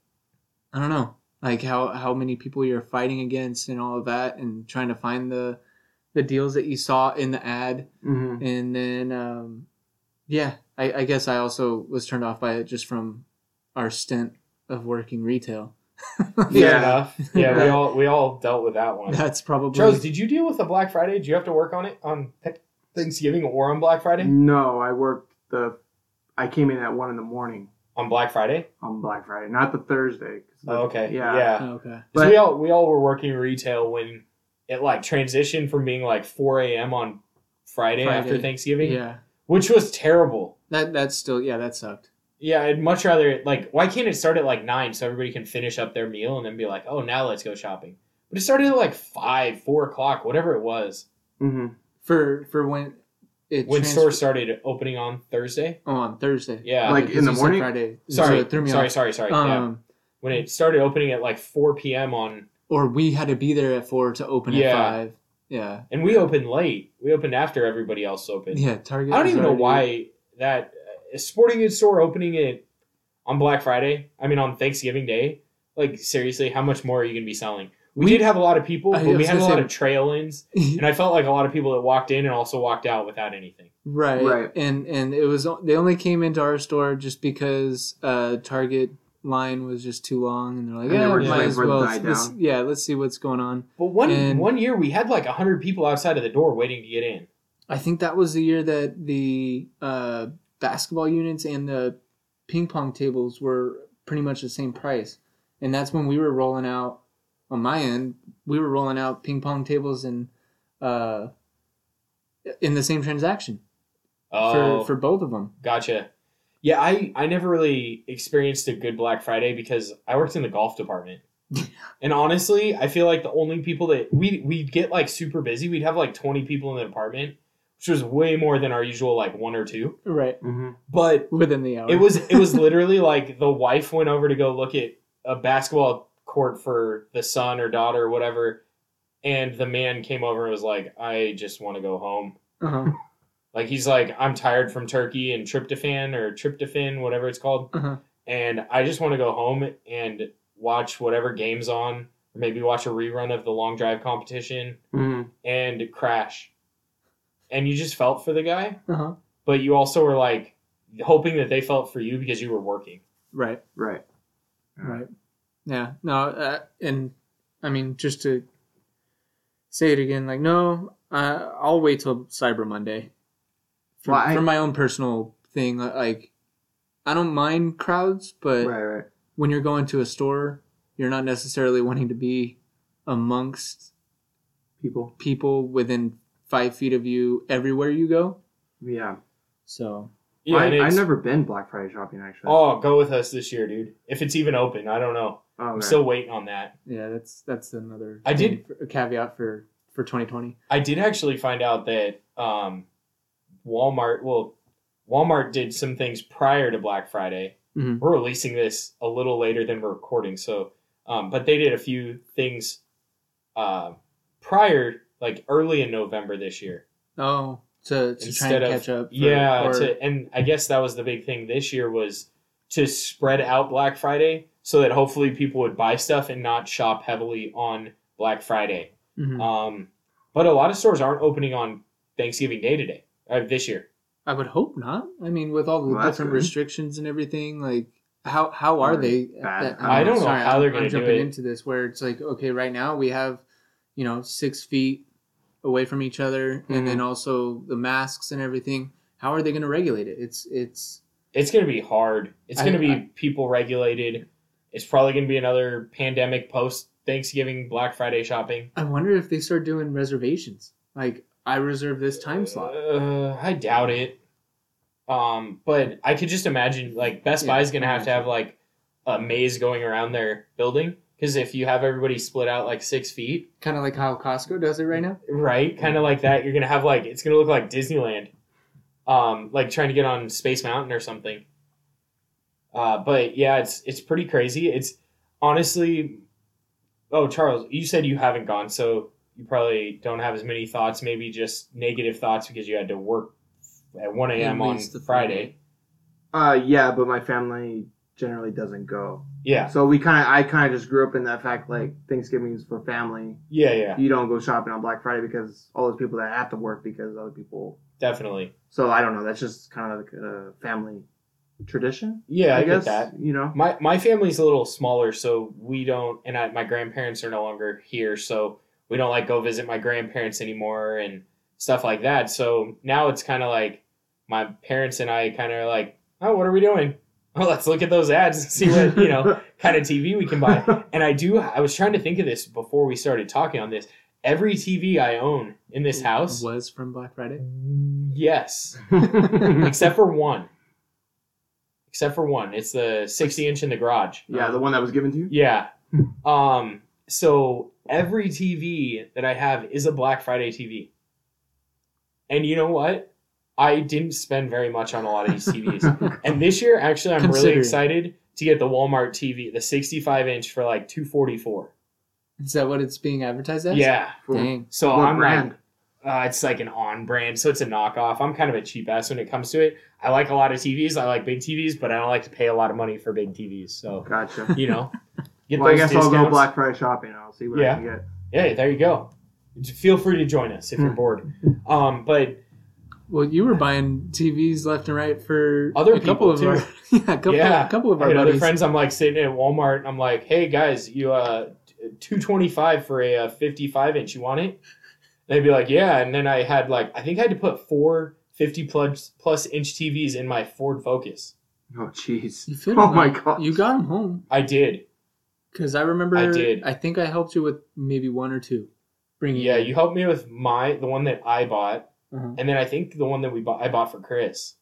I don't know, like how how many people you're fighting against and all of that, and trying to find the the deals that you saw in the ad,
hmm
and then um, yeah, I, I guess I also was turned off by it just from our stint of working retail.
Fair
Yeah.
enough. Yeah, we all we all dealt with that one.
That's probably
Charles, did you deal with the Black Friday? Did you have to work on it on Th- Thanksgiving or on Black Friday?
No, I worked the. I came in at one in the morning
On Black Friday?
on Black Friday, not the Thursday. 'cause the-
Oh, okay.
Yeah.
Yeah.
Oh, okay.
'Cause
But-
we all we all were working retail when it like transitioned from being like 4 a.m. on Friday, after
Friday.
Thanksgiving,
Yeah,
which was terrible.
that that's still yeah that sucked.
Yeah, I'd much rather like why can't it start at like nine so everybody can finish up their meal and then be like, oh, now let's go shopping. But it started at like five, four o'clock, whatever it was,
Mhm.
for for when it
when
trans-
stores started opening on Thursday.
oh, on Thursday.
Yeah,
Like,
because
in the
you said
morning?
Friday. so
sorry,
it uh, threw me
sorry,
off.
sorry, sorry, yeah,
Um,
when it started opening at like four p.m. on,
or we had to be there at four to open
Yeah.
at five. Yeah,
and we opened late. We opened after everybody else opened.
yeah. Target.
I don't
was
even know
already-
why that a sporting goods store opening it on Black Friday. I mean, on Thanksgiving Day. Like seriously, how much more are you gonna be selling? We,
We-
did have a lot of people,
I
but we
was
had a
gonna
lot
say-
of trail ins, and I felt like a lot of people that walked in and also walked out without anything.
right,
Right.
And and it was they only came into our store just because uh Target line was just too long, and they're like,
And they
yeah,
were
just
might
waiting
as
for it to
well.
die
let's-
down.
yeah, let's see what's going on.
But one
And-
one year we had like hundred people outside of the door waiting to get in.
I think that was the year that the uh basketball units and the ping pong tables were pretty much the same price. And that's when we were rolling out on my end, we were rolling out ping pong tables and uh in the same transaction
Oh,
for for both of them.
gotcha. Yeah, I, I never really experienced a good Black Friday because I worked in the golf department. and honestly, I feel like the only people that we we'd get like super busy, we'd have like 20 people in the department, which was way more than our usual like one or two.
Right.
Mhm.
But
Within the hour.
it was it was literally like the wife went over to go look at a basketball court for the son or daughter or whatever, and the man came over and was like, "I just want to go home."
uh-huh.
Like he's like, I'm tired from turkey and tryptophan or tryptophan, whatever it's called,
Uh-huh.
and I just want to go home and watch whatever game's on, or maybe watch a rerun of the long drive competition
Mhm.
and crash. And you just felt for the guy,
Uh-huh.
but you also were like hoping that they felt for you because you were working.
Right.
Right.
Right. Yeah. No. Uh, and I mean, just to say it again, like, no, uh, I'll wait till Cyber Monday for,
Well, I-
for my own personal thing. li- Like, I don't mind crowds, but
Right. Right.
when you're going to a store, you're not necessarily wanting to be amongst
People.
people within five feet of you everywhere you go.
Yeah.
So
Yeah,
I,
and
I've
it's-
never been Black Friday shopping actually.
Oh, go with us this year, dude. If it's even open, I don't know.
Oh,
I'm
okay.
still waiting on that.
yeah, that's that's another.
I
thing for- a caveat for for 2020.
I did actually find out that um, Walmart, well, Walmart did some things prior to Black Friday.
Mhm.
We're releasing this a little later than we're recording, so um, but they did a few things uh, prior, like early in November this year.
Oh, to, to try
Instead
and
of
catch up. for-
yeah,
or-
to, and I guess that was the big thing this year was to spread out Black Friday so that hopefully people would buy stuff and not shop heavily on Black Friday.
Mhm.
Um, but a lot of stores aren't opening on Thanksgiving Day today, uh, this year.
I would hope not. I mean, with all the
Well, that's
different
good.
restrictions and everything, like how how are
Or
they?
bad.
I don't know how
I'm-
they're
I'm
gonna do
jumping
it.
into this where it's like, okay, right now we have, you know, six feet away from each other,
Mhm.
and then also the masks and everything. How are they going to regulate it? It's it's
It's going to be hard. It's
I-
going to be
I-
people regulated. It's probably going to be another pandemic post Thanksgiving, Black Friday shopping.
I wonder if they start doing reservations. Like I reserve this time slot.
Uh, I doubt it. Um, but I could just imagine like Best
Yeah,
Buy's gonna have to
imagine.
have like a maze going around their building because if you have everybody split out like six feet,
Kind of like how Costco does it right now.
right, kind of like that, you're gonna have like it's gonna look like Disneyland, um, like trying to get on Space Mountain or something. Uh, but yeah, it's it's pretty crazy. It's honestly, oh Charles, you said you haven't gone, so you probably don't have as many thoughts. Maybe just negative thoughts because you had to work at one a.m.
At
on
least the
Friday.
Uh, yeah, but my family generally doesn't go.
Yeah,
So we kind of, I kind of just grew up in that fact, like Thanksgiving is for family.
yeah, yeah,
You don't go shopping on Black Friday because all those people that have to work because other people.
definitely.
So I don't know. That's just kind of like a family tradition.
Yeah, I, get
guess
that.
you know.
My my family's a little smaller, so we don't. And I, my grandparents are no longer here, so we don't like go visit my grandparents anymore and stuff like that. So now it's kind of like my parents and I kind of are like, oh, what are we doing? Well, let's look at those ads and see what you know kind of TV we can buy. And I do. I was trying to think of this before we started talking on this. Every TV I own in this house,
was from Black Friday.
yes, except for one. Except for one, it's the sixty inch in the garage.
yeah, the one that was given to you.
Yeah. Um. So every TV that I have is a Black Friday TV. And you know what? I didn't spend very much on a lot of these TVs. and this year, actually, I'm really
Considering.
excited to get the Walmart TV, the 65 inch for like 244.
Is that what it's being advertised as?
Yeah.
Cool.
Dang.
So
What
I'm like,
brand?
uh, it's like an on brand, so it's a knockoff. I'm kind of a cheap ass when it comes to it. I like a lot of TVs. I like big TVs, but I don't like to pay a lot of money for big TVs. So
Gotcha.
you know, get
well, I
those
guess I'll go
discounts.
Black Friday shopping. I'll see what
Yeah.
I can get.
Hey, there you go. J- Feel free to join us if
Hmm.
you're bored. Um, but
Well, you were buying TVs left and right for
Other
a couple
people,
of our yeah, a couple,
Yeah.
a couple of
I
our
had other
buddies.
friends, I'm like sitting at Walmart, and I'm like, "Hey guys, you uh, two twenty five for a uh, fifty five inch. You want it?" They'd be like, "Yeah." And then I had like, I think I had to put four 50 plus plus inch TVs in my Ford Focus.
Oh jeez.
You fit
Oh
'em,
my
though.
gosh.
You got them home
I did.
because I remember.
I did.
I think I helped you with maybe one or two. Bringing
Yeah,
in.
you helped me with my the one that I bought,
Uh-huh.
and then I think the one that we bought I bought for Chris.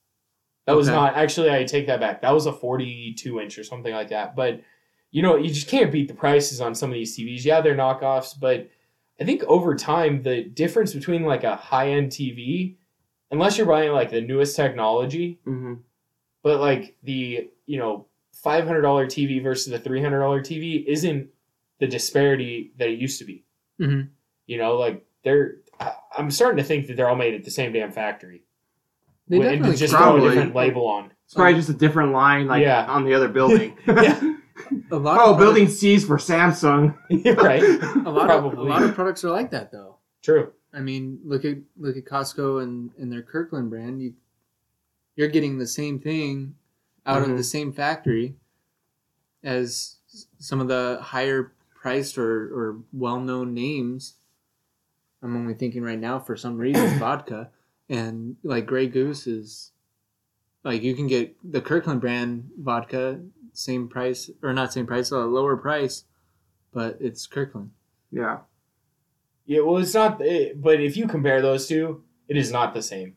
That was
Okay.
not actually. I take that back. That was a forty-two inch or something like that. But you know, you just can't beat the prices on some of these TVs. Yeah, they're knockoffs, but I think over time the difference between like a high-end TV, unless you're buying like the newest technology,
hmm
but like the you know five hundred dollar TV versus the three hundred dollar TV isn't the disparity that it used to be.
Mhm.
You know, like they're. I- I'm starting to think that they're all made at the same damn factory.
They
When-
definitely
and just
can.
throw a
Probably.
different label on.
It's probably just a different line, like
Yeah.
on the other building.
Yeah.
a lot.
oh,
of product-
building C's for Samsung.
right.
A lot of, a
Probably.
lot of products are like that though.
True.
I mean, look at look at Costco and, and their Kirkland brand. You you're getting the same thing out
Mhm.
of the same factory as s- some of the higher priced or, or well known names. I'm only thinking right now for some reason vodka and like Grey Goose is like you can get the Kirkland brand vodka same price or not same price a lower price, but it's Kirkland.
Yeah.
Yeah. Well, it's not. It, but if you compare those two, it is not the same.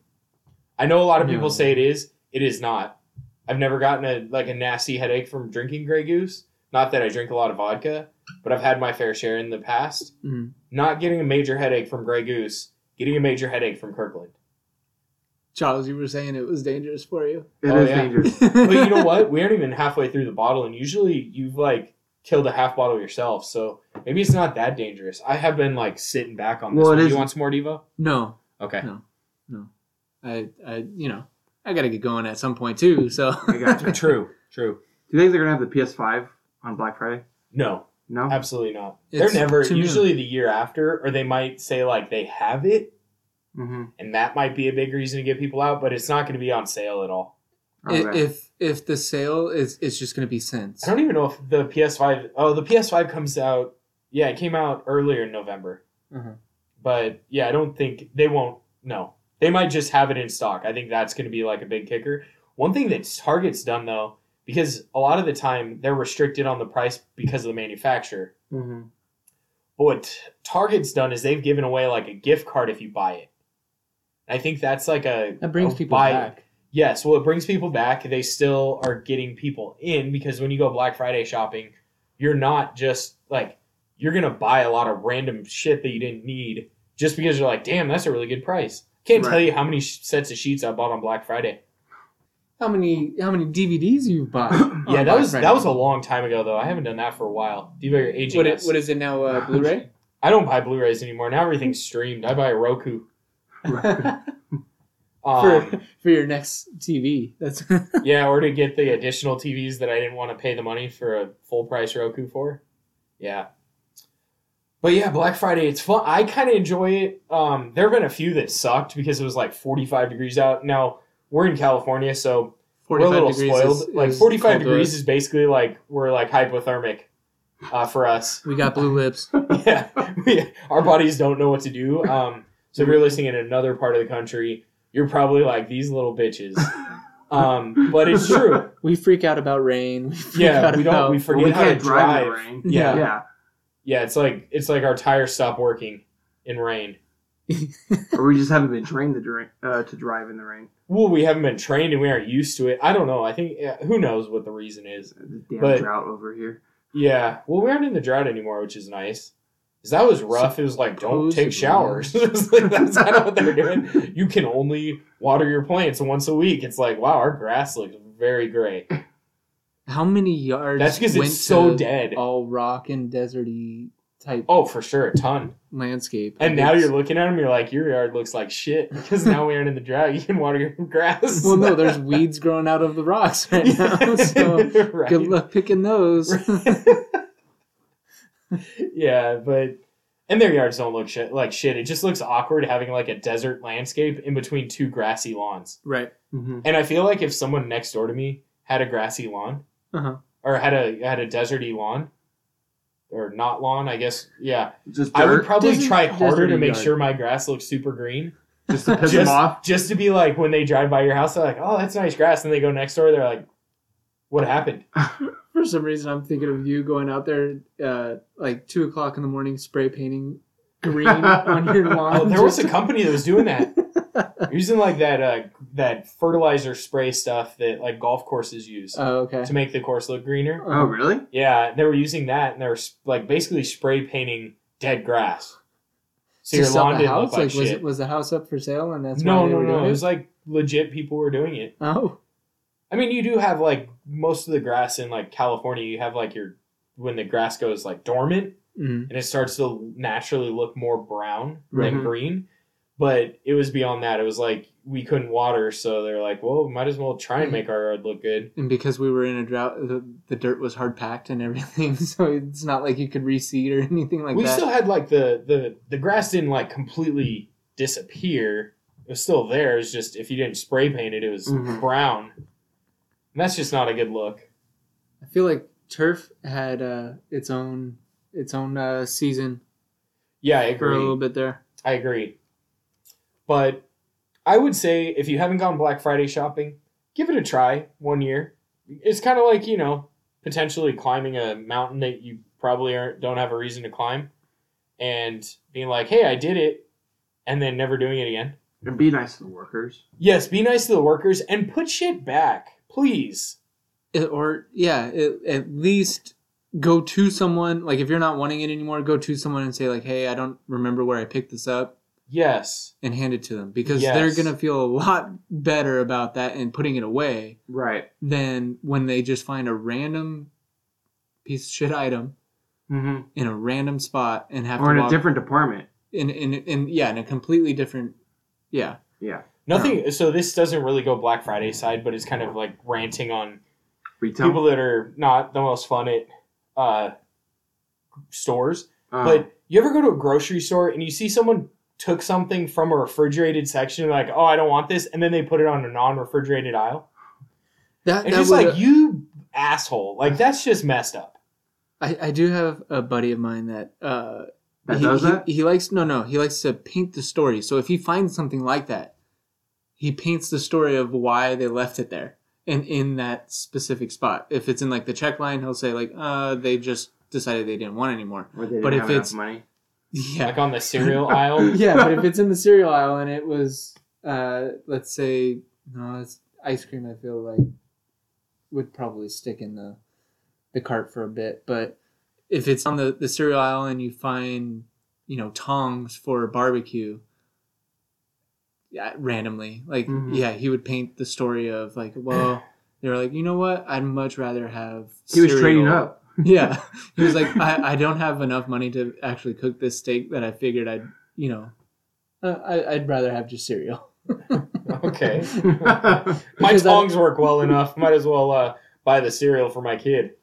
I know a lot of
No.
people say it is. It is not. I've never gotten a like a nasty headache from drinking Grey Goose. Not that I drink a lot of vodka, but I've had my fair share in the past.
Mm.
Not getting a major headache from Grey Goose. Getting a major headache from Kirkland.
Charles, you were saying it was dangerous for you.
it is
Oh, yeah.
dangerous.
But you know what? We aren't even halfway through the bottle, and usually you've like killed a half bottle yourself. So maybe it's not that dangerous. I have been like sitting back on this.
Well, it
one.
is-
You want some more Devo?
No,
Okay.
No. I, I, you know, I gotta get going at some point too. So
I gotcha. Do
True. True.
you think they're gonna have the PS5 on Black Friday?
No,
No.
absolutely not.
It's
They're never
too new.
usually the year after, or they might say like they have it,
Mm-hmm.
and that might be a big reason to get people out. But it's not going to be on sale at all.
i- if if the sale is, it's just gonna be cents.
I don't even know if the PS5. Oh, the PS5 comes out. Yeah, it came out earlier in November,
Mhm.
But yeah, I don't think they won't. No, they might just have it in stock. I think that's going to be like a big kicker. One thing that Target's done though, because a lot of the time they're restricted on the price because of the manufacturer.
Mm-hmm.
hmm
But what Target's done is they've given away like a gift card if you buy it. I think that's like a
That brings
a
people
buy-
back.
Yes, well, it brings people back. They still are getting people in because when you go Black Friday shopping, you're not just like you're gonna buy a lot of random shit that you didn't need just because you're like, damn, that's a really good price. Can't
Right.
tell you how many sh- sets of sheets I bought on Black Friday.
How many how many DVDs you bought? on
yeah, that
Black
was
Friday?
that was a long time ago though. I haven't done that for a while. Diva, you're aging
What, i-
us.
what is it now? Uh, Blu-ray.
I don't buy Blu-rays anymore. Now everything's streamed. I buy Roku.
for
Um,
for your next TV. That's
yeah, or to get the additional TVs that I didn't want to pay the money for a full price Roku for. Yeah. But yeah, Black Friday, it's fun. I kind of enjoy it. Um, there have been a few that sucked because it was like 45 degrees out. Now, we're in California, so we're a little spoiled.
is-
like
is
45
cold to
degrees
us.
is basically like we're like hypothermic uh, for us.
We got blue lips.
yeah, we, our bodies don't know what to do. Um, so if you're listening in another part of the country, you're probably like these little bitches. Um, but it's true.
We freak out about rain. We freak
Yeah,
out
we
about
don't. We forget
we
how to
can't drive
drive.
in the rain.
Yeah.
Yeah.
Yeah, it's like it's like our tires stop working in rain.
or we just haven't been trained to, drink, uh, to drive in the rain.
Well, we haven't been trained and we aren't used to it. I don't know. I think yeah, who knows what the reason is.
The damn
But-
drought over here.
Yeah. Well, we aren't in the drought anymore, which is nice. 'Cause that was rough. It was like, don't
Supposedly.
take showers. It was like, That's kind of what they're doing. You can only water your plants once a week. It's like, wow, our grass looks very gray.
How many yards?
That's because
went
it's so
to
dead.
All rock and deserty type
Oh, for sure, a ton.
landscape.
And now
It's-
you're looking at them, you're like, your yard looks like shit because now we aren't in the drought. You can water your grass.
Well, no, there's weeds growing out of the rocks right now. So
Right.
good luck picking those.
Yeah, but and their yards don't look shit, like shit. It just looks awkward having like a desert landscape in between two grassy lawns.
right.
hmm
And I feel like if someone next door to me had a grassy lawn
Uh-huh.
or had a had a deserty lawn or not lawn, I guess. Yeah,
Just
I would
dirt,
probably
Desert-
try harder to
deserty
make
yard.
sure my grass looks super green,
just to piss
just
them off.
just to be like when they drive by your house, they're like, "Oh, that's nice grass," and they go next door, they're like, "What happened?"
For some reason, I'm thinking of you going out there, uh, like two o'clock in the morning, spray painting green on your lawn.
Oh, there was a
just-
company that was doing that, using like that uh, that fertilizer spray stuff that like golf courses use
Oh, okay.
to make the course look greener.
Oh, really?
Yeah, they were using that, and they were sp- like basically spray painting dead grass,
To
so your
sell
lawn
the
didn't
house?
look like,
was,
shit.
was the house up for sale, and that's
no,
why they
no,
were
no.
doing
It
it?
was like legit people were doing it.
Oh,
I mean, you do have like most of the grass in like California. You have like your when the grass goes like dormant,
mm.
and it starts to naturally look more brown than
Mhm.
Mm-hmm.
green. But it was beyond that. It was like we couldn't water, so they're like, "Well, we might as well
Mm-hmm.
try and make our yard look good."
and because we were in a drought, the, the dirt was hard packed and everything, so it's not like you could reseed or anything like
we
that.
still had like the the the grass didn't like completely disappear. It was still there. It's just if you didn't spray paint it, it was
Mm-hmm.
Mhm.
brown. And that's just not a good look.
I feel like turf had uh, its own its own uh, season
Yeah, I
for a little
agree.
bit there.
I agree. But I would say if you haven't gone Black Friday shopping, give it a try one year. It's kind of like, you know, potentially climbing a mountain that you probably aren't, don't have a reason to climb and being like, hey, I did it, and then never doing it again.
And be nice to the workers.
Yes, be nice to the workers and put shit back, please.
It- or yeah, it, at least go to someone. Like if you're not wanting it anymore, go to someone and say like, "Hey, I don't remember where I picked this up,"
Yes.
and hand it to them because
Yes.
they're gonna feel a lot better about that and putting it away
Right.
than when they just find a random piece of shit item
hmm
in a random spot and have
Or
to
in a
walk
different department.
in, in in yeah in a completely different yeah
Yeah.
Nothing. So this doesn't really go Black Friday side, but it's kind of like ranting on
Retail.
people that are not the most fun at uh, stores.
Uh,
Uh-huh.
But you ever go to a grocery store and you see someone took something from a refrigerated section, like, oh, I don't want this, and then they put it on a non-refrigerated aisle?
that,
It's
that
just
would-
like you asshole. Like that's just messed up.
I, I do have a buddy of mine that uh,
That
he,
does
he-
that?
He, likes no, no. He likes to paint the story. So if he finds something like that, he paints the story of why they left it there and in that specific spot. If it's in like the check line, he'll say like, "Uh, they just decided they didn't want it anymore."
Or they
But
didn't
if
have enough
it's-
money.
Yeah,
Like on the cereal aisle.
yeah. But if it's in the cereal aisle and it was, uh, let's say, no, it's ice cream. I feel like would probably stick in the the cart for a bit. But if it's on the the cereal aisle and you find you know tongs for a barbecue, yeah, randomly, like
Mhm.
yeah, he would paint the story of like, well, they were like, you know what, I'd much rather have.
He was
cereal."
trading up.
Yeah, he was like, I, I don't have enough money to actually cook this steak that I figured I'd you know. uh, I, I'd rather have just cereal.
Okay. My
Oh,
Because that-
tongs work well enough. Might as well uh, buy the cereal for my kid.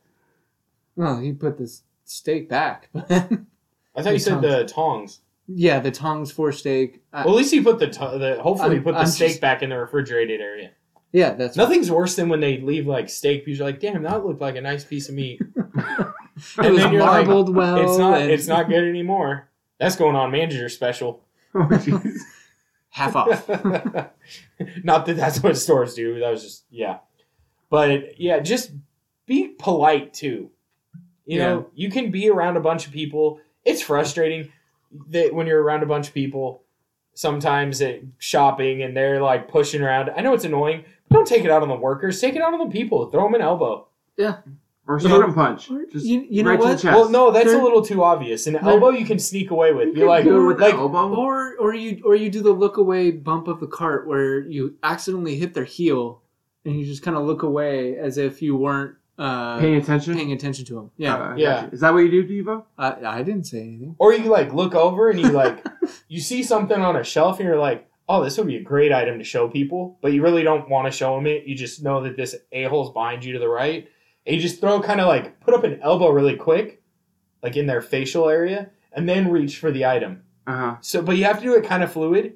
Well, he put this steak back.
I thought you
The
said the tongs.
yeah, the tongs for steak. I,
Well, at least you put the, to- the hopefully
I'm-
you put the
I'm
steak
just-
back in the refrigerated area.
yeah, that's
Nothing's worse than when they leave like steak because you're like, damn, that looked like a nice piece of meat.
it
and
was
then you're like,
marbled well.
it's not
and
it's not good anymore. That's going on manager special.
Oh, jeez.
half off.
not that that's what stores do. That was just yeah. But yeah, just be polite too. You know, you can be around a bunch of people. It's frustrating that when you're around a bunch of people, sometimes at shopping and they're like pushing around. I know it's annoying. But don't take it out on the workers. Take it out on the people. Throw them an elbow.
Or
You
shoot
know-
and punch. Just
you, you know
right to the
what?
chest.
Well, no, that's
They're-
a little too obvious. An elbow you can sneak away with. You're like,
Do it with the
like
elbow.
Or or you or you do the look away bump of the cart where you accidentally hit their heel and you just kind of look away as if you weren't uh, paying,
Paying attention.
attention to them. Yeah,
Uh, I got
Yeah.
you. Is that what you do, Devo?
I, I didn't say anything.
Or you like look over and you like you see something on a shelf and you're like, oh, this would be a great item to show people, but you really don't want to show them it. You just know that this a hole's behind you to the right, and you just throw kind of like put up an elbow really quick, like in their facial area, and then reach for the item.
Uh huh.
So, but you have to do it kind of fluid.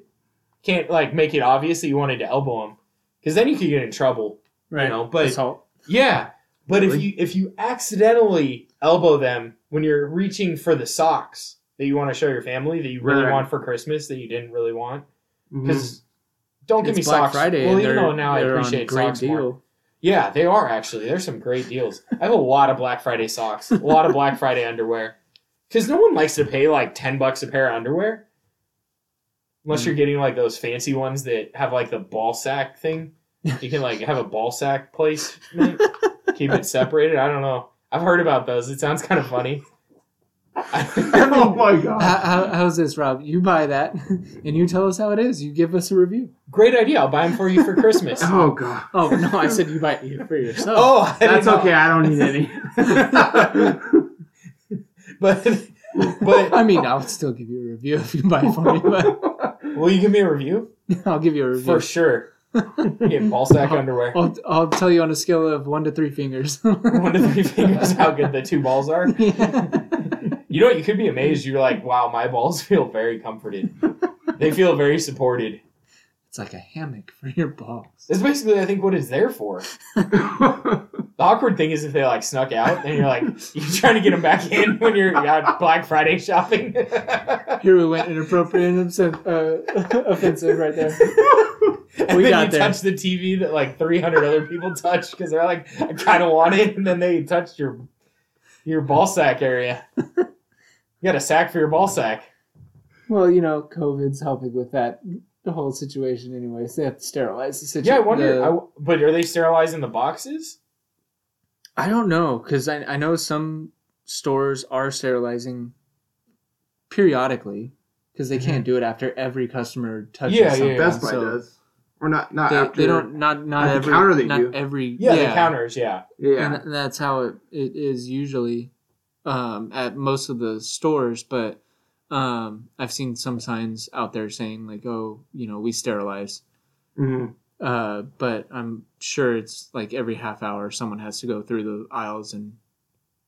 Can't like make it obvious that you wanted to elbow them, because then you could get in trouble.
Right.
know, but-
Assault.
Yeah, but if
Really?
you if you accidentally elbow them when you're reaching for the socks that you want to show your family that you really
Right.
want for Christmas that you didn't really want
Mm-hmm.
because don't give
Mm. It's
me
Black
socks.
Friday.
well,
and
even
they're-
though now I
they're on
appreciate
great
socks more.
deal.
Yeah, they are actually. There's some great deals. I have a lot of Black Friday socks, a lot of Black Friday underwear, because no one likes to pay like ten bucks a pair of underwear. Unless
Hmm.
you're getting like those fancy ones that have like the ball sack thing, you can like have a ball sack place, keep it separated. I don't know. I've heard about those. It sounds kind of funny.
oh my god.
How, how, how's this, Rob? You buy that and you tell us how it is. You give us a review.
Great idea. I'll buy them for you for Christmas.
oh god.
Oh no, I said you buy it for yourself.
Oh, I didn't
That's
know.
okay. I don't need any.
But but
I mean, I'll still give you a review if you buy it for me, but
will you give me a review?
I'll give you a review.
For sure. Get ball sack underwear.
I'll, I'll tell you on a scale of one to three fingers.
One to three fingers how good the two balls are. You know what? You could be amazed. You're like, wow, my balls feel very comforted. They feel very supported.
It's like a hammock for your balls.
That's basically, I think, what it's there for. The awkward thing is if they like snuck out, then you're like, you're trying to get them back in when you're out Black Friday shopping. and
Here we went inappropriate and obs- uh, offensive right there. We
then
got
you
there.
touch the TV that like 300 other people touch because they're like, I kind of want it. And then they touch your your ball sack area. You got a sack for your ball sack.
Well, you know, COVID's helping with that the whole situation anyway, so they have to sterilize the situation.
Yeah, I wonder. I, but are they sterilizing the boxes?
I don't know because I, I know some stores are sterilizing periodically because they can't do it after every customer touches
Yeah, yeah,
something.
yeah.
Best Buy
so
does. Or not? Not
They,
after.
they don't not not
at the
every
counter they
not
do.
every
Yeah, the counters. Yeah,
and
Yeah.
th- that's how it, it is usually um, at most of the stores but um, i've seen some signs out there saying like oh you know we sterilize
Mhm.
uh, but i'm sure it's like every half hour someone has to go through the aisles and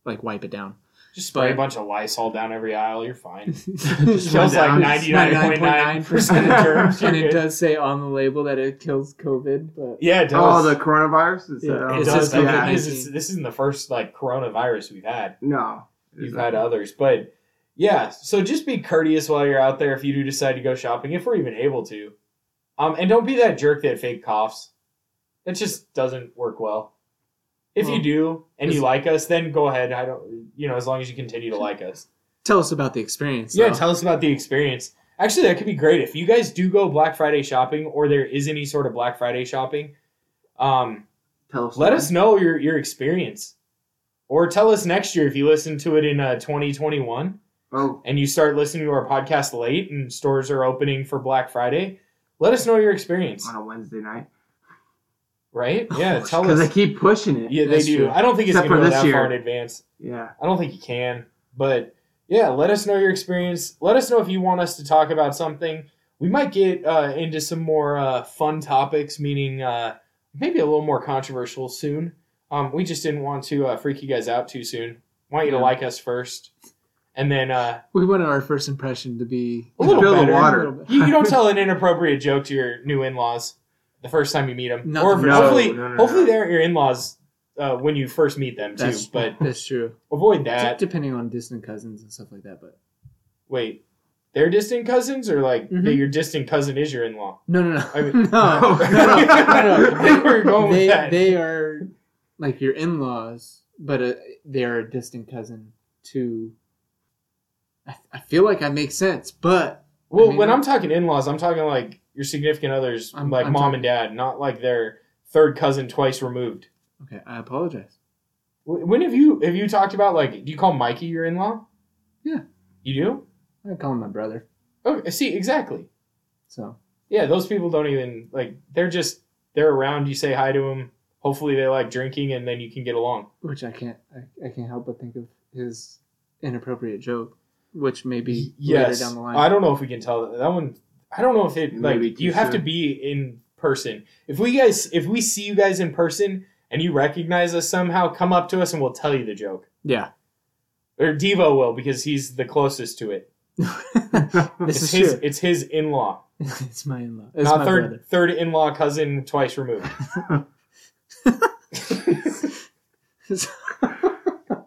like wipe it down
just spray a
But-
bunch of Lysol down every aisle. You're fine.
Just
run
Kills like
down.
ninety nine point nine percent of germs.
and
you're
it
good.
does say on the label that it kills covid but
Yeah, it
Oh,
does.
the coronavirus. Is
Yeah,
that- um,
it
it's
does.
just
I mean,
yeah.
it is- it's- this isn't the first like coronavirus we've had.
No.
You've had others, but Yeah, so just be courteous while you're out there if you do decide to go shopping, if we're even able to. Um, and don't be that jerk that fake coughs. It just doesn't work well. If
Well,
you do and you
is-
like us, then go ahead. I don't, you know, as long as you continue to like us.
Tell us about the experience.
Yeah,
though.
tell us about the experience. Actually, that could be great if you guys do go Black Friday shopping or there is any sort of Black Friday shopping. Um,
Tell us.
let us know your your experience, or tell us next year if you listen to it in uh, 2021
Oh,
and you start listening to our podcast late and stores are opening for Black Friday, let us know your experience.
on a Wednesday night
Right? Yeah, tell
because they
us.
keep pushing it.
Yeah, they
That's
do.
true.
I don't think it's
Except
gonna
for
go
this
that far
year.
in advance.
Yeah.
I don't think you can, but yeah, let us know your experience. Let us know if you want us to talk about something. We might get uh, into some more uh, fun topics, meaning uh, maybe a little more controversial soon. Um, we just didn't want to uh, freak you guys out too soon. Want you to
Yeah.
like us first, and then uh,
We wanted our first impression to be
A little
Feel
better.
the water.
A little bit.
You, you don't tell an inappropriate joke to your new in laws the first time you meet them,
No.
or
No,
hopefully,
no, no,
hopefully
no.
they're your in laws uh, when you first meet them too.
That's-
But
that's true.
avoid that.
D- Depending on distant cousins and stuff like that, but
Wait, they're distant cousins, or like
Mhm.
that your distant cousin is your in law?
no, no, no,
I mean-
no. no, no.
Where are you going with
They
that?
they are like your in laws, but uh they are a distant cousin to. I, I feel like I make sense, but
Well,
mean,
when
no.
I'm talking in laws, I'm talking like your significant others,
I'm-
like
I'm
mom
talking-
and dad, not like their third cousin twice removed.
okay, I apologize.
Wh- When have you have you talked about like? Do you call Mikey your in law?
Yeah.
you do.
I call him my brother,
Okay, see exactly.
so
Yeah, those people don't even like. They're just they're around. You say hi to them. Hopefully, they like drinking, and then you can get along.
which I can't, I, I can't help but think of his inappropriate joke, which may be later down the line.
I don't know if we can tell that, that one. I don't know if it like
Maybe too
you have to
soon.
be in person. If we guys, if we see you guys in person and you recognize us somehow, come up to us and we'll tell you the joke.
yeah,
Or Devo will because he's the closest to it.
this
it's
is
his.
true.
It's his in law,
It's my in law. It's
not
my
third
brother.
third in law cousin twice removed.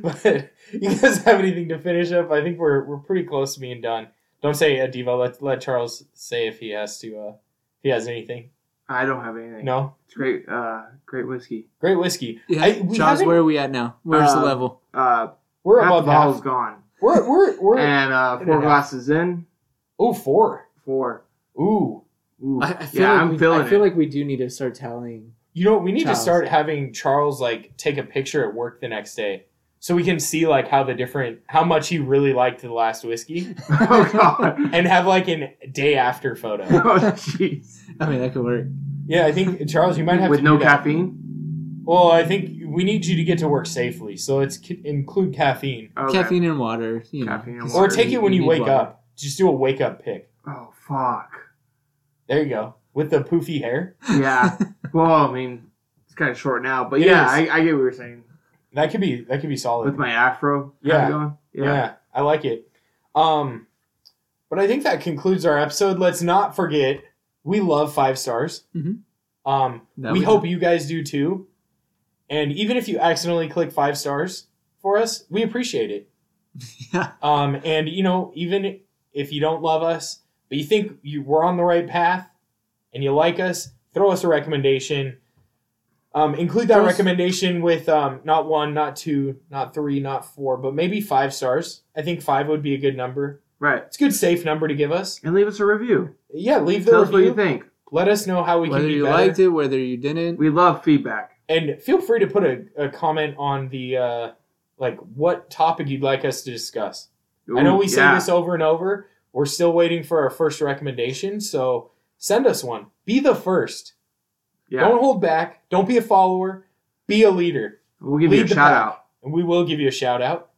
But you guys have anything to finish up? I think we're we're pretty close to being done. Don't say uh, Devo. Let let Charles say if he has to. Uh, if he has anything.
I don't have anything.
No.
It's great. Uh, great whiskey.
Great whiskey.
yeah,
I- we
Jaws,
haven't-
where are we at now? Where's the
Uh,
level?
Uh,
We're
half
above
the bottle's
half.
gone,
We're we're we're.
and uh,
And a
four
half.
glasses in.
Ooh, four.
Four.
Ooh.
Ooh.
I, I feel
yeah,
like
I'm
we,
feeling
I feel
it.
like we do need to start tallying.
You know, we need to
Charles.
start having Charles like take a picture at work the next day, so we can see like how the different how much he really liked the last whiskey,
oh god.
and have like an day after
oh
photo.
jeez.
I mean, that could work.
Yeah, I think Charles, you might have
With
to
no
do that.
caffeine.
Well, I think we need you to get to work safely, so it's c- include caffeine
Okay.
Caffeine and water. You know,
Caffeine and
It's-
or
Water.
take it when you,
need
wake
water.
up. Just do a wake up pick.
Oh fuck.
There you go with the poofy hair.
Yeah. well, I mean, it's kind of short now, but
It
yeah,
is.
I, I get what you're saying
That could be that could be solid.
with my afro. kinda
Yeah.
Going.
yeah. I like it. Um, but I think that concludes our episode. Let's not forget we love five stars.
Mhm.
Um,
That
we
would-
hope you guys do too. And even if you accidentally click five stars for us, we appreciate it.
Yeah.
Um, and you know, even if you don't love us, but you think you we're on the right path and you like us, throw us a recommendation. Um, include that
Throw us-
recommendation with um, not one, not two, not three, not four, but maybe five stars. I think five would be a good number.
Right.
It's a good safe number to give us.
And leave us a review.
Yeah, leave the
Tell us what
review.
you think.
Let us know how we
whether
can be
you
better.
liked it, whether you didn't.
We love feedback.
and feel free to put a, a comment on the uh, like what topic you'd like us to discuss i know
Ooh,
we say
yeah.
this over and over we're still waiting for our first recommendation so send us one be the first
Yeah.
don't hold back don't be a follower be a leader
we'll give you a
lead the
shout
pack.
out.
and we will give you a shout out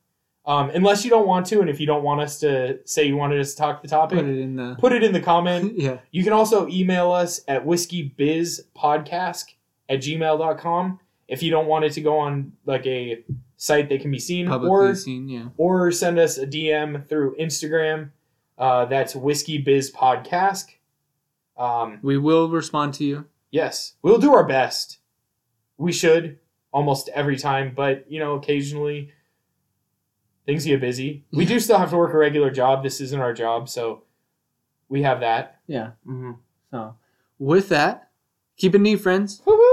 um, unless you don't want to and if you don't want us to say you wanted us to talk the
Put
topic
it in the.
put it in the comment
Yeah.
you can also email us at whiskeybizpodcast at gmail.com if you don't want it to go on like a site that can be seen
Publicly
or
seen. Yeah.
or send us a DM through Instagram. Uh, that's whiskeybizpodcast. Um,
We will respond to you.
yes, we'll do our best. We should almost every time, but you know, occasionally Things get busy. We do still have to work a regular job. This isn't our job, so we have that.
Yeah.
Mhm.
So with that, keep it neat, friends.
Woo-hoo!